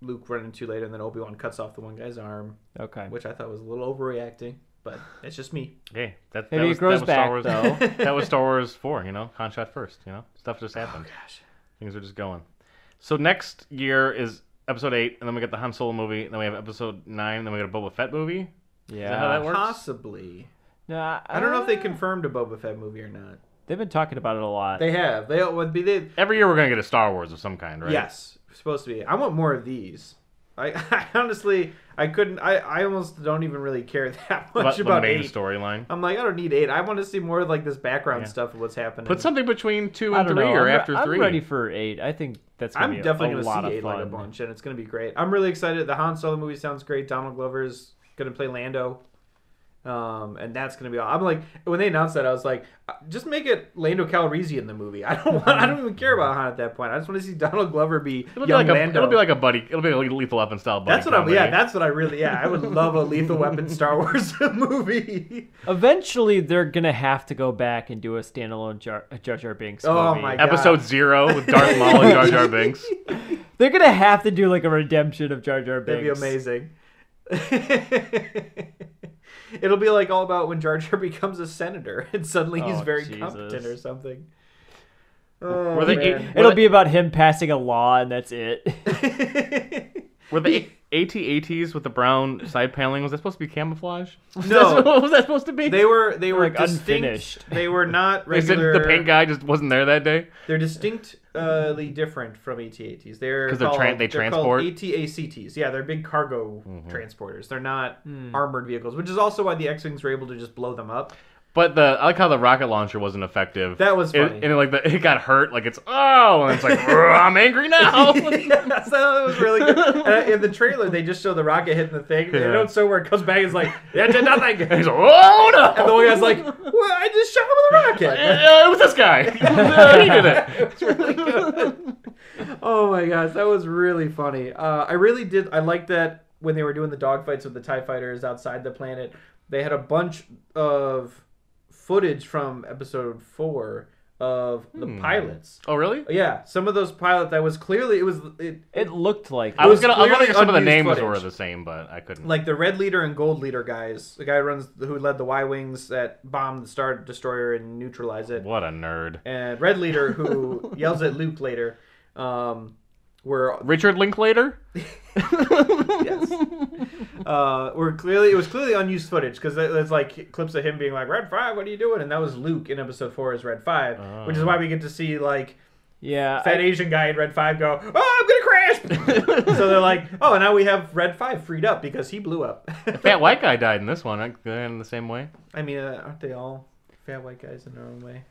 Luke run into later, and then Obi Wan cuts off the one guy's arm,
Okay.
which I thought was a little overreacting. But that's just me.
Hey, that, that
Maybe it
was,
grows
that was
back,
Star Wars.
though.
that was Star Wars four. You know, con shot first. You know, stuff just happened.
gosh.
Things are just going. So next year is episode eight, and then we got the Han Solo movie, and then we have episode nine, and then we got a Boba Fett movie.
Yeah.
that how that works?
Possibly.
Nah,
I don't know if they
uh,
confirmed a Boba Fett movie or not.
They've been talking about it a lot.
They have. They would be. They,
Every year we're gonna get a Star Wars of some kind, right?
Yes, supposed to be. I want more of these. I, I honestly, I couldn't. I, I almost don't even really care that
About
much
the
about
main
eight.
storyline.
I'm like, I don't need eight. I want to see more of like this background
Yeah.
stuff of what's happening.
Put something between two
I
and
don't
three,
know.
or
I'm, re-
after
I'm
three.
ready for eight. I think that's gonna
I'm
be a-
definitely
a,
gonna
lot
see
of
eight
fun.
like a bunch, and it's gonna be great. I'm really excited. The Han Solo movie sounds great. Donald Glover's gonna play Lando, um, and that's gonna be. All. I'm like, when they announced that, I was like, uh, just make it Lando Calrissian the movie. I don't want. I don't even care about Han at that point. I just want to see Donald Glover be
Mm-hmm. It'll be,
young
like a,
Lando.
it'll be like a buddy. It'll be like a lethal weapon style buddy.
That's what I'm.
comedy.
Yeah, that's what I really. Yeah, I would love a Lethal Weapon Star Wars movie.
Eventually, they're gonna have to go back and do a standalone Jar- Jar Jar Binks
Oh
movie.
my-
Episode
God.
zero with Darth Maul and Jar Jar Binks.
They're gonna have to do like a redemption of Jar Jar
That'd
Binks.
be amazing. It'll be like all about when Jar Jar becomes a senator and suddenly he's
Oh,
very
Jesus.
competent or something. Oh,
Were they
man.
It'll be about him passing a law, and that's it.
Were the AT-ATs with the brown side paneling? Was that supposed to be camouflage? Was
No.
that, what was that supposed to be?
they were they were
Like,
distinct.
unfinished.
They were not
They said
regular.
the paint guy just wasn't there that day.
They're distinctly different from AT-ATs. They're
'Cause they're
called-
tran- they
they're
transport? Mm-hmm.
called ATACTs. Yeah, they're big cargo transporters. They're not armored vehicles, which is also why the X-wings were able to just blow them up.
But the I like how the rocket launcher wasn't effective.
That was
It-
funny.
and like the, it got hurt. Like it's oh, and it's like "Rrr, I'm angry now.
yeah, so that was really good. And I- in the trailer, they just show the rocket hitting the thing. They
Yeah.
don't show where it comes back. It's like that did nothing.
And he's like, oh no.
And the one guy's like, "Well, I just shot him with a rocket."
Eh, it was this guy. he did it.
oh my gosh, that was really funny. Uh, I really did. I liked that when they were doing the dogfights with the Tie fighters outside the planet. They had a bunch of footage from Episode Four of the pilots.
Oh really?
Yeah, some of those pilots. That was clearly it was it,
it looked like
I was
was
gonna. I was wondering
clearly
if some of the
unused
names
footage.
were the same, but I couldn't.
like the red leader and gold leader guys the guy who runs who led the y-wings that bombed the star destroyer and neutralized it
what a nerd.
and red leader who yells at luke later um were
Richard Linklater.
yes uh were clearly it was clearly unused footage because it's like clips of him being like red five what are you doing and that was luke in episode four as red five which is why we get to see like
yeah.
fat asian guy in red five go oh i'm gonna crash so they're like oh now we have red five freed up because he blew up
Fat white guy died in this one. Right? In the same way.
I mean, uh, aren't they all fat white guys in their own way?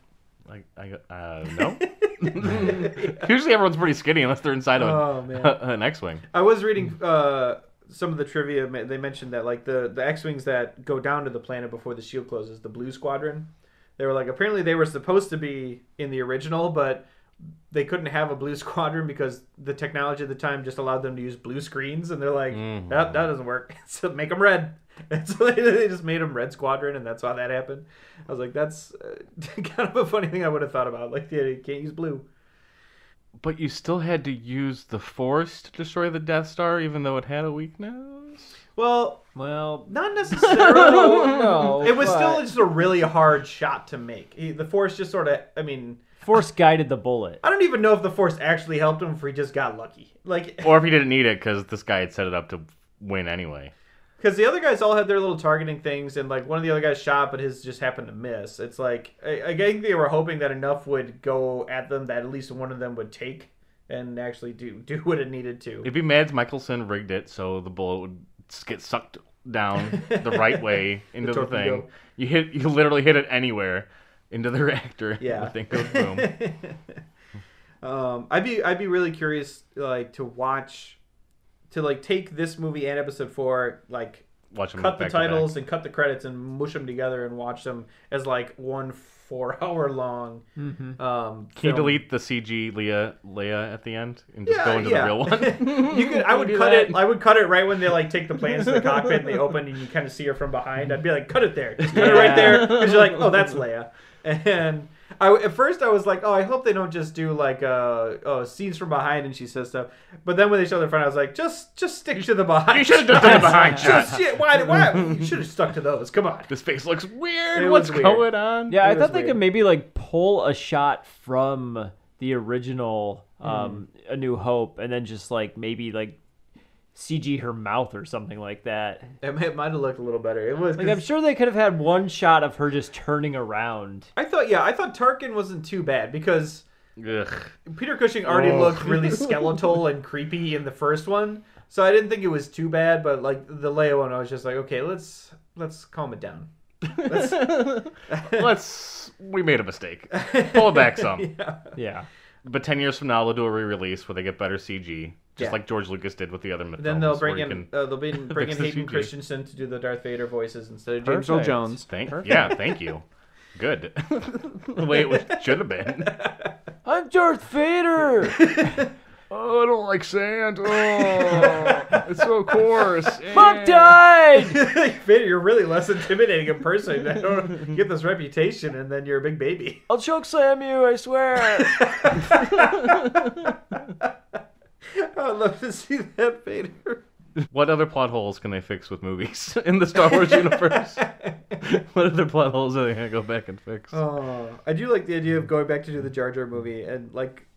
Like I uh, no. Usually everyone's pretty skinny unless they're inside
Oh,
of
man.
an X-wing.
I was reading uh, some of the trivia. ma- They mentioned that like the the X wings that go down to the planet before the shield E closes, the Blue Squadron. They were like apparently they were supposed to be in the original, but they couldn't have a blue squadron because the technology at the time just allowed them to use blue screens, and they're like,
Mhm.
that, that doesn't work. so make them red. And so they, they just made them red squadron, and that's how that happened. I was like, that's uh, kind of a funny thing I would have thought about. Like, yeah, you can't use blue.
But you still had to use the Force to destroy the Death Star, even though it had a weakness.
Well,
well,
Not necessarily.
No,
It was
but-
still just a really hard shot to make. He, the force just sort of. I mean,
Force guided the bullet.
I don't even know if the force actually helped him, or if he just got lucky. Like,
Or if he didn't need it because this guy had set it up to win anyway.
because the other guys all had their little targeting things, and like one of the other guys shot, but his just happened to miss. It's like I, I think they were hoping that enough would go at them that at least one of them would take and actually do do what it needed to.
It'd be Mads Michelson rigged it so the bullet would s- get sucked down the right way into the,
torpedo.
thing. You hit, you literally hit it anywhere into the reactor.
Yeah.
the thing goes boom.
um, I'd be I'd be really curious like to watch, to like take this movie and episode four like
Watch him
cut the
back to back.
titles and cut the credits and mush them together and watch them as like one four hour long. Um,
Can you
film.
delete the CG Leia Leia at the end and just go into the real one?
you could. I would
do
cut
that.
it. I would cut it right when they like take the plans to the cockpit and they open and you kind of see her from behind. I'd be like, cut it there. Just cut it
Yeah.
right there because you're like, oh, that's Leia. And I at first I was like, oh, I hope they don't just do like uh, oh, scenes from behind and she says stuff. But then when they showed the front, I was like, just just stick to the behind.
You should have just done a behind
Just
shot.
shit. Why? Why? You should have stuck to those. Come on.
This face looks weird.
It
What's
was weird.
going on?
Yeah, I
It was
thought they
weird.
could maybe like pull a shot from the original
Hmm.
um, A New Hope, and then just like maybe like CG her mouth or something like that.
It, might- it might have looked a little better. It was.
Like I'm sure they could have had one shot of her just turning around.
I thought, yeah, I thought Tarkin wasn't too bad because
Ugh.
Peter Cushing already
Oh.
looked really skeletal and creepy in the first one, so I didn't think it was too bad. But like the Leia one, I was just like, okay, let's let's calm it down.
Let's. We made a mistake. Pull it back some.
Yeah.
Yeah.
But ten years from now, they'll do a re-release where they get better CG, just
Yeah.
like George Lucas did with the other.
Then they'll bring in uh, they'll bring, bring in
fix the
Hayden
CG.
Christensen to do the Darth Vader voices instead of James
Perfect.
Earl
Joel
Jones.
Jones.
Thank yeah, thank you. Good. the way it was, should have been.
I'm Darth Vader.
Oh, I don't like sand. Oh, it's so coarse.
Mom died.
Vader, you're really less intimidating in person. I don't you get this reputation, and then you're a big baby.
I'll choke slam you. I swear.
I would love to see that Vader.
What other plot holes can they fix with movies in the Star Wars universe? what other plot holes are they gonna go back and fix?
Oh, I do like the idea of going back to do the Jar Jar movie and like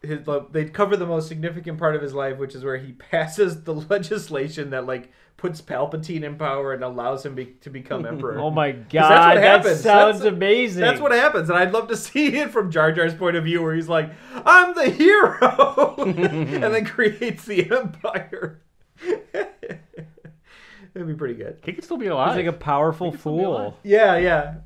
his like, they'd cover the most significant part of his life, which is where he passes the legislation that like puts Palpatine in power and allows him be- to become emperor.
oh my
what
god, that
happens.
sounds
That's-
amazing.
That's what happens, and I'd love to see it from Jar Jar's point of view, where he's like, "I'm the hero," and then creates the empire. That'd be pretty good.
He could still be
He's
alive.
like a powerful
alive.
fool.
Yeah, yeah.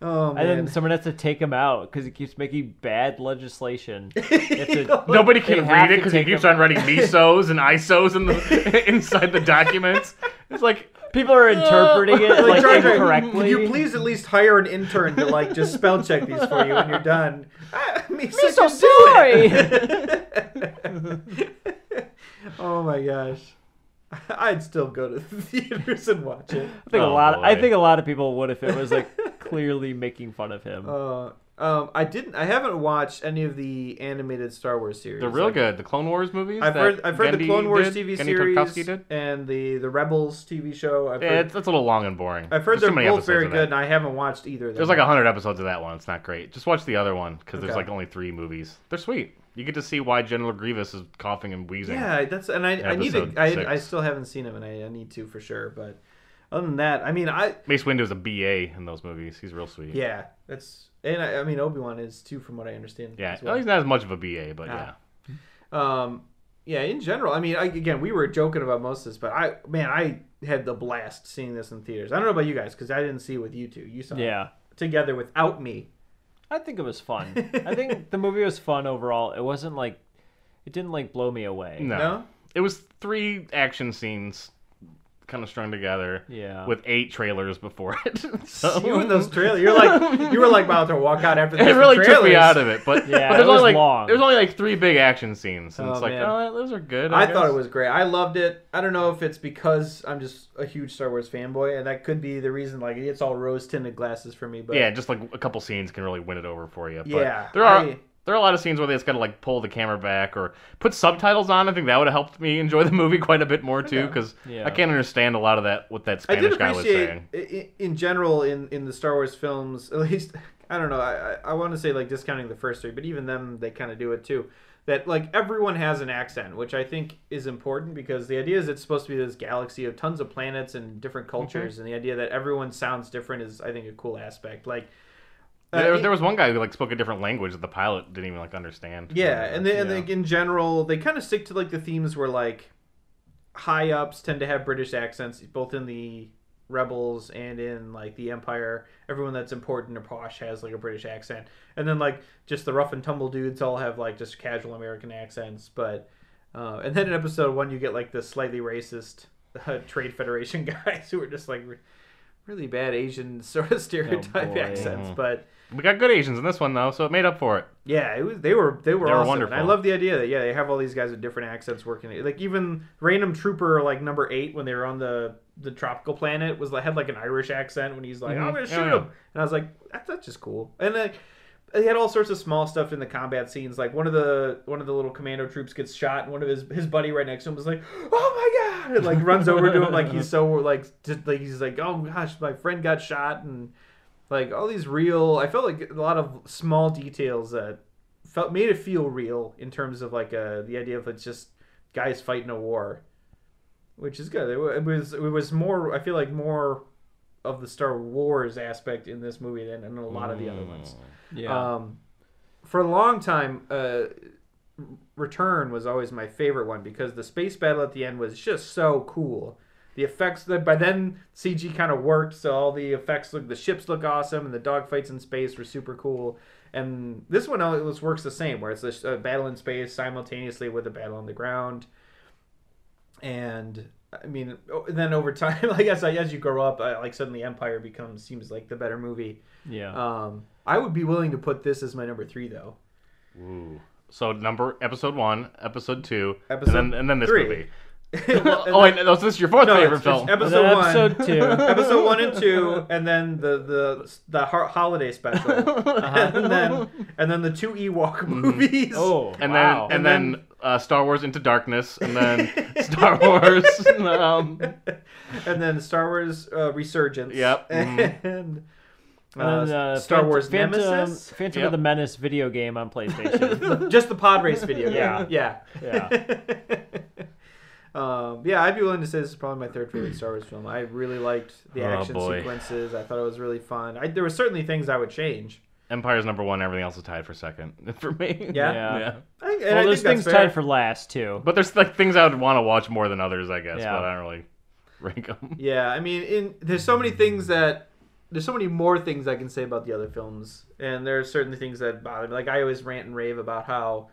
Oh man.
And then someone has to take him out because he keeps making bad legislation. You have to-
Nobody
They
can
have
read it
to
because he
take
keeps
him-
on writing misos and isos in the inside the documents. It's like
people are interpreting it like
Jar Jar,
incorrectly.
Would you please at least hire an intern to like just spell check these for you when you're done? Ah, I mean, so
so
just do
sorry.
it. oh my gosh. I'd still go to the theaters and watch it.
I think a
Oh,
lot. I
boy.
think a lot of people would if it was like clearly making fun of him.
Uh, um, I didn't. I haven't watched any of the animated Star Wars series.
they're real
Like,
good. The Clone Wars movies.
I've
that
heard. I've heard the
Genndy
Clone Wars
did,
TV
Genndy Tarkovsky
series
did.
and the the Rebels TV show. I've
Yeah,
heard,
it's, it's a little long and boring.
I've
There's
heard they're
too many
both
episodes
very
of
good,
that.
and I haven't watched either. of them.
There's like hundred episodes of that one. It's not great. Just watch the other one because there's
Okay.
like only three movies. They're sweet. You get to see why General Grievous is coughing and wheezing.
Yeah, that's and I, I need to.
Episode
I,
six.
I still haven't seen him, and I, I need to for sure. But other than that, I mean, I
Mace Windu's a BA in those movies. He's real sweet.
yeah, that's and I, I mean Obi Wan is too, from what I understand.
Yeah.
as
Well,
well.
he's not as much of a BA, but
Ah. Um, yeah. In general, I mean, I, again, we were joking about most of this, but I man, I had the blast seeing this in theaters. I don't know about you guys because I didn't see it with you two. You saw it
yeah,
together without me.
I think it was fun. I think the movie was fun overall. It wasn't like it didn't like blow me away.
yeah. No.
No?
It was three action scenes kind of strung together
Yeah.
with eight trailers before it. so
You in those trailers, you're like you were like about to walk out after. The
it really took me
trailers.
out of it, but,
Yeah,
but
it
there's
was
only like
long.
there's only like three big action scenes, and
Oh,
it's like
man.
oh those are good. I,
I thought
guess."
it was great. I loved it. I don't know if it's because I'm just a huge Star Wars fanboy, and that could be the reason. Like, it's all rose tinted glasses for me. But
yeah, just like a couple scenes can really win it over for you. But
Yeah,
there are
I-
there are a lot of scenes where they just gotta like pull the camera back or put subtitles on. I think that would have helped me enjoy the movie quite a bit more too, because
Yeah.
I can't understand a lot of that what that
I did
Spanish guy was
appreciate,
saying.
i- i- in general, in in the Star Wars films, at least I don't know. I I, I want to say like discounting the first three, but even them, they kind of do it too. That like everyone has an accent, which I think is important because the idea is it's supposed to be this galaxy of tons of planets and different
Mm-hmm.
cultures, and the idea that everyone sounds different is, I think, a cool aspect. Like. uh,
there,
it-
there was one guy who like spoke a different language that the pilot didn't even like understand.
Yeah, and then, and
Yeah.
like in general, they kind of stick to like the themes where like high ups tend to have British accents, both in the Rebels and in like the Empire. Everyone that's important or posh has like a British accent, and then like just the rough and tumble dudes all have like just casual American accents. But uh, and then in episode one, you get like the slightly racist uh, Trade Federation guys who are just like. really bad Asian sort of stereotype
boy.
accents,
Mhm.
but
We got good Asians in this one though, so it made up for it.
yeah, it was they were they were,
They were
awesome.
wonderful.
And I love the idea that yeah, they have all these guys with different accents working. Like even Random Trooper, like number eight, when they were on the the tropical planet, was like had like an Irish accent when he's like,
Mhm.
"I'm gonna
Yeah,
shoot
yeah.
him," and I was like, "That's that's just cool." And like they had all sorts of small stuff in the combat scenes. Like one of the one of the little commando troops gets shot, and one of his his buddy right next to him is like, "Oh my god!" and like runs over to him like he's so like just, like he's like, "Oh gosh, my friend got shot," and like all these real. I felt like a lot of small details that felt made it feel real in terms of like uh, the idea of it's just guys fighting a war, which is good. It wa- It was it was more. I feel like more of the Star Wars aspect in this movie than in a lot of the other ones.
Yeah.
Um, for a long time, uh, Return was always my favorite one because the space battle at the end was just so cool. The effects that by then CG kind of worked, so all the effects look, the ships look awesome, and the dogfights in space were super cool. And this one always works the same, where it's a, sh- a battle in space simultaneously with a battle on the ground. And I mean, o- then over time, like as I, as you grow up, I, like suddenly Empire becomes seems like the better movie.
yeah.
Um, I would be willing to put this as my number three, though.
Ooh. So number episode one, episode two,
Episode
and then and then this
three.
movie.
Well,
oh wait, no, so this is your fourth
no,
favorite
it's-
film.
it's episode
And then
one,
episode two.
episode one and two, and then the the the ho- holiday special, and then and then the two Ewok movies.
oh,
and
wow.
then and,
And
then,
then-
uh, Star Wars Into Darkness, and then Star Wars. um,
and then Star Wars uh, Resurgence.
Yep. Mhm.
and. Uh,
And then, uh,
Star
Phant-
Wars
Phantom,
Nemesis,
Phantom
Yep.
of the Menace video game on PlayStation.
just the pod race video.
Yeah.
yeah,
yeah.
um, yeah, I'd be willing to say this is probably my third favorite Star Wars film. I really liked the
Oh,
action
boy.
sequences. I thought it was really fun. I, there were certainly things I would change.
Empire's number one. Everything else is tied for second for me.
Yeah.
Yeah.
I, and I
Well, there's
think
things
that's fair.
tied for last too.
But there's like things I would want to watch more than others, I guess.
Yeah.
But I don't really rank them.
Yeah, I mean, in there's so many things that there's so many more things I can say about the other films, and there are certainly things that bother me. Like I always rant and rave about how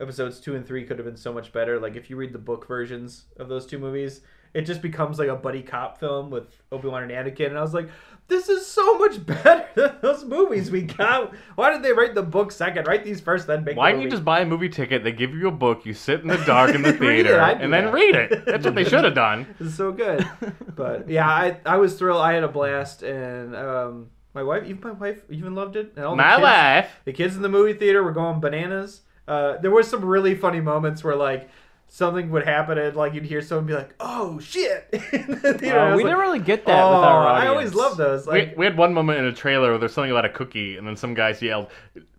episodes two and three could have been so much better. Like if you read the book versions of those two movies, it just becomes like a buddy cop film with Obi Wan and Anakin, and I was like, this is so much better than those movies we got. Why did they write the book second? Write these first, then make.
Why
the
don't you
movie?
just buy a movie ticket? They give you a book. You sit in the dark in the
Read it,
theater
I'd do
and then
that.
read it. That's what they should have done.
It's so good. But yeah, I, I was thrilled. I had a blast, and um, my wife, even my wife, even loved it. And all the
My
kids,
life.
The kids in the movie theater were going bananas. Uh, there were some really funny moments where like something would happen, and like you'd hear someone be like, "Oh shit!" in the theater.
Uh,
I was
we
like,
didn't really get that with our
"Oh,"
audience.
I always love those. Like,
we, we had one moment in a trailer where there's something about a cookie, and then some guys yelled,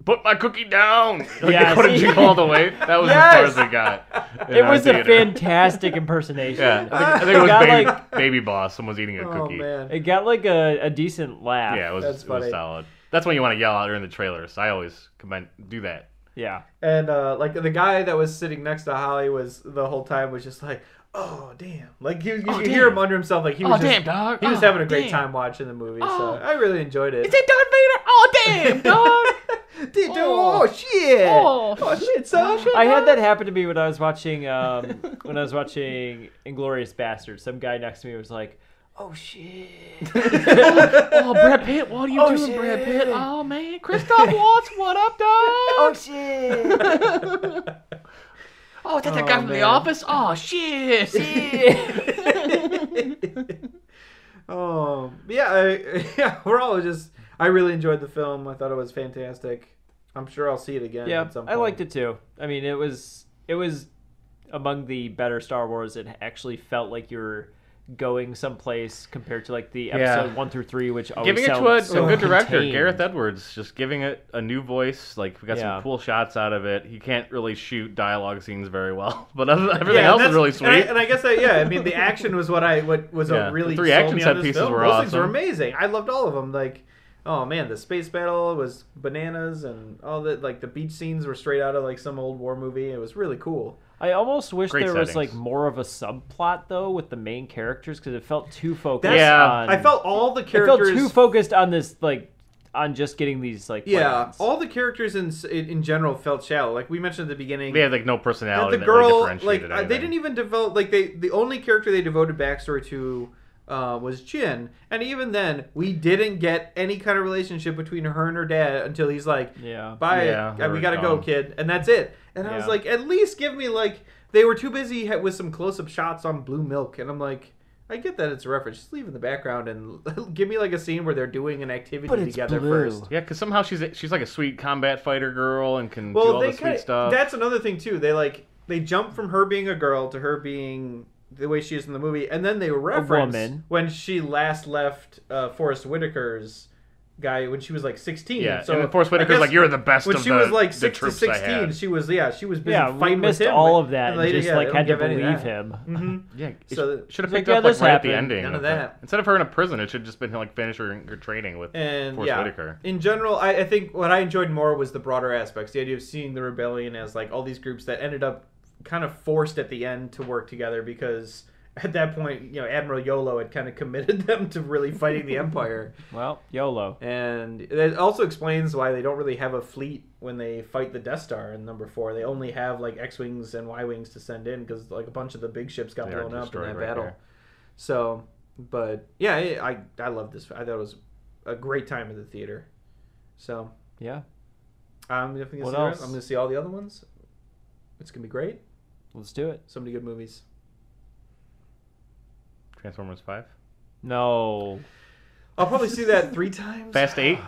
"Put my cookie down!" Like,
Yeah,
what did
see?
you call the way? That was as
Yes!
far as it got. in
It
our
was a
theater.
fantastic impersonation.
Yeah, I think, I think it
It
was
got
baby,
like-
baby boss. Someone's eating a
oh
cookie.
man,
It got like a, a decent laugh.
Yeah, it was,
That's
it was
funny.
solid. That's when you want to yell out during the trailers. I always commend do that.
Yeah.
and uh, like the guy that was sitting next to Holly was the whole time was just like, "Oh damn!" Like you, you
Oh,
could hear
damn.
him under himself. Like he
Oh,
was just
damn, dog.
He was
Oh,
having a
damn.
great time watching the movie,
Oh.
so I really enjoyed it.
that Darth Vader? Oh damn,
Dude,
Oh.
oh. shit!
Oh,
shit, son!
I had that happen to me when I was watching um, when I was watching Inglorious Bastards. Some guy next to me was like, "Oh shit!"
oh, Brad Pitt, what are you doing, Brad Pitt? Oh man, Christoph Waltz, what up, dog? Oh shit. oh, that's that guy from The Office. Oh shit.
Oh, yeah, I, yeah. We're all just. I really enjoyed the film. I thought it was fantastic. I'm sure I'll see it again.
yeah,
at some
I
point.
liked it too. I mean, it was it was among the better Star Wars. It actually felt like you were going someplace compared to like the episode one through three, which always
giving it
sounds
to a,
so
a good director,
contained.
Gareth Edwards, just giving it a new voice. Like we got
Yeah.
some cool shots out of it. He can't really shoot dialogue scenes very well, but other, everything
Yeah, and
else is
that's-
really sweet.
And I, and I guess I, yeah, I mean the action was what I what was
Yeah,
a
the
really
three
sold
action
me on
set
this
pieces
film.
were
Those things were
awesome.
amazing. I loved all of them. Like, oh man, the space battle was bananas, and all the like the beach scenes were straight out of like some old war movie. It was really cool.
I almost wish
Great
there was
settings.
like more of a subplot though with the main characters because it felt too focused.
That's-
Yeah.
on,
I felt all the
it felt
characters.
too focused on this like on just getting these like
yeah,
plans.
all the characters in s- in in general felt shallow. Like we mentioned at the beginning,
they had like no
that
personality.
the
that really
girl like
differentiated
uh, they
anything.
didn't even develop like they the only character they devoted backstory to uh, was Jin, and even then, we didn't get any kind of relationship between her and her dad until he's like,
Yeah.
bye,
Yeah,
uh, we
we're
gotta go,
gone.
kid," and that's it. And I was
Yeah.
like, "At least give me like." They were too busy ha- with some close-up shots on Blue Milk, and I'm like, "I get that it's a reference. Just leave in the background and give me like a scene where they're doing an activity
But it's
together
blue.
first.
Yeah, because somehow she's a, she's like a sweet combat fighter girl and can do
Well,
all
they
the
kinda-
sweet stuff.
That's another thing too. They like they jump from her being a girl to her being the way she is in the movie, and then they reference
woman.
when she last left uh, Forrest Whitaker's guy when she was like sixteen.
yeah,
so
and Force
I
Whitaker's
guess
like you're the best
When
of
she
the,
was like
the
six to
troops I
sixteen,
had."
she was yeah, she was busy
yeah, we
fighting
missed
with him,
all
but-
of that and,
they-
just
yeah, they
like
don't
had to
give any of
believe
that.
him.
Mhm.
Yeah,
So-
so should have
She's like,
picked
yeah,
up like
this
right at the
happened.
ending.
None of
with
that.
Instead of her in a prison, it should just been like finish her, her training with
And
Forrest
yeah,
Whitaker.
in general, I, I think what I enjoyed more was the broader aspects, the idea of seeing the rebellion as like all these groups that ended up kind of forced at the end to work together because at that point, you know, Admiral Yolo had kind of committed them to really fighting the Empire,
Well, YOLO.
and it also explains why they don't really have a fleet when they fight the Death Star in Number Four. They only have like X wings and Y wings to send in because like a bunch of the big ships got
They are
blown up in
destroyed
that
right
battle.
there.
So, but yeah, I I, I love this. I thought it was a great time at the theater. So
Yeah.
I'm definitely gonna
What
see the rest-
else?
I'm gonna see all the other ones. It's gonna be great.
Let's do it.
So many good movies.
Transformers Five,
No.
I'll probably see that three times.
Fast Eight.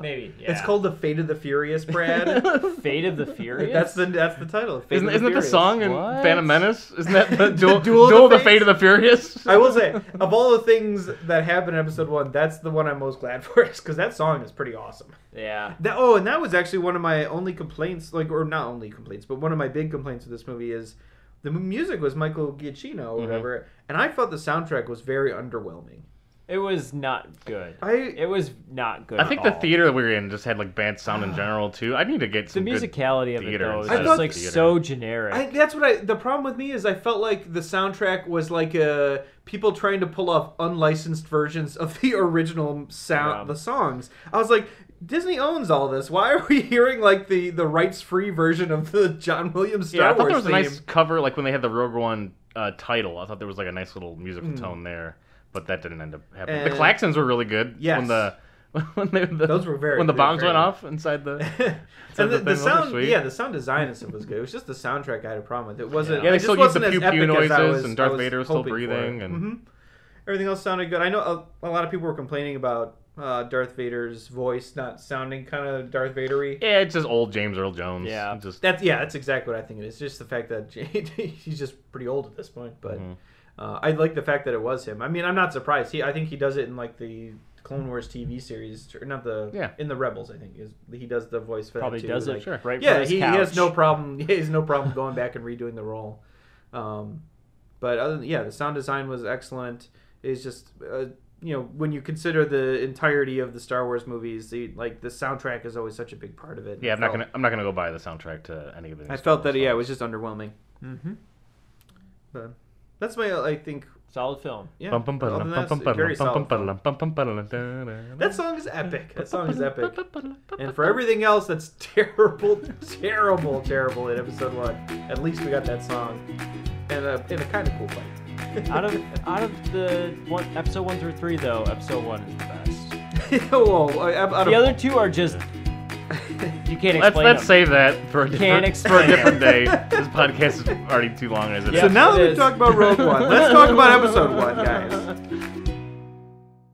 Maybe.
It's called The Fate of the Furious, Brad.
Fate of the Furious.
that's the that's the title. Fate
Isn't,
of
isn't that the
Furious.
song in
What?
Phantom Menace? Isn't that the duel, duel,
Duel of
of
the
the Fate of the Furious?
I will say, of all the things that happened in episode one, that's the one I'm most glad for, is because that song is pretty awesome.
Yeah.
That oh, and that was actually one of my only complaints, like or not only complaints, but one of my big complaints with this movie is the mu- music was Michael Giacchino or whatever, and I felt the soundtrack was very underwhelming.
It was not good.
I
It was not good.
I
at
think the
all.
theater we were in just had like bad sound in general too. I need to get
the
some good-
musicality of it
theater
though
and
is
stuff. I
just
thought-
like
Theater.
so generic.
I, that's what I. The problem with me is I felt like the soundtrack was like uh people trying to pull off unlicensed versions of the original sound,
Yeah.
the songs. I was like, Disney owns all this. Why are we hearing like the the rights free version of the John Williams Star
yeah, I thought
Wars
there was a
theme?
nice cover, like when they had the Rogue One uh, title. I thought there was like a nice little musical
Hmm.
tone there, but that didn't end up happening.
And-
the klaxons were really good.
Uh, Yes.
when the when they, the,
Those were very-
when the
they were
bombs
very
went
good.
off inside the.
and the,
thing,
the
those were
sound,
sweet.
yeah, the sound design and stuff was good. It was just the soundtrack I had a problem with. It wasn't.
Yeah,
it
they
just
still use the
wasn't as
pew pew
epic as I
noises,
was-
and Darth
I was
Vader was still
hoping for.
breathing, and-
Mhm. everything else sounded good. I know uh, a, a lot of people were complaining about uh, Darth Vader's voice not sounding kind of Darth Vadery.
Yeah, it's just old James Earl Jones.
Yeah.
just
That's yeah, that's exactly what I think it is. Just the fact that he's just pretty old at this point, but
Mm-hmm.
uh, I like the fact that it was him. I mean, I'm not surprised. He, I think he does it in like the Clone Wars TV series, or not the
Yeah.
in the Rebels. I think is he does the voice for
Probably
that too,
does
like-
it right from
Yeah,
his
he, he has
couch.
no problem. He has no problem going back and redoing the role. Um, but other than, yeah, the sound design was excellent. It's just uh, you know when you consider the entirety of the Star Wars movies, the like the soundtrack is always such a big part of it.
yeah. I'm not
It felt-
gonna I'm not gonna go buy the soundtrack to any of the.
I felt that yeah, it was just underwhelming.
Mm-hmm.
But that's my I think
Solid film.
yeah. Other than that, it's a very solid film. That song is epic. That song is epic. And for everything else that's terrible, terrible, terrible in episode one, at least we got that song and a, and a kind of cool fight.
out of out of the one episode one through three though, episode one is the best.
Whoa, uh, out of-
The other two are just you can't explain.
Let's let's
them.
save that for a different, for
explain
a different day. This podcast is already too long as it is.
Yeah.
so now
it
that we've
is.
talked about Rogue One, let's talk about episode one, guys.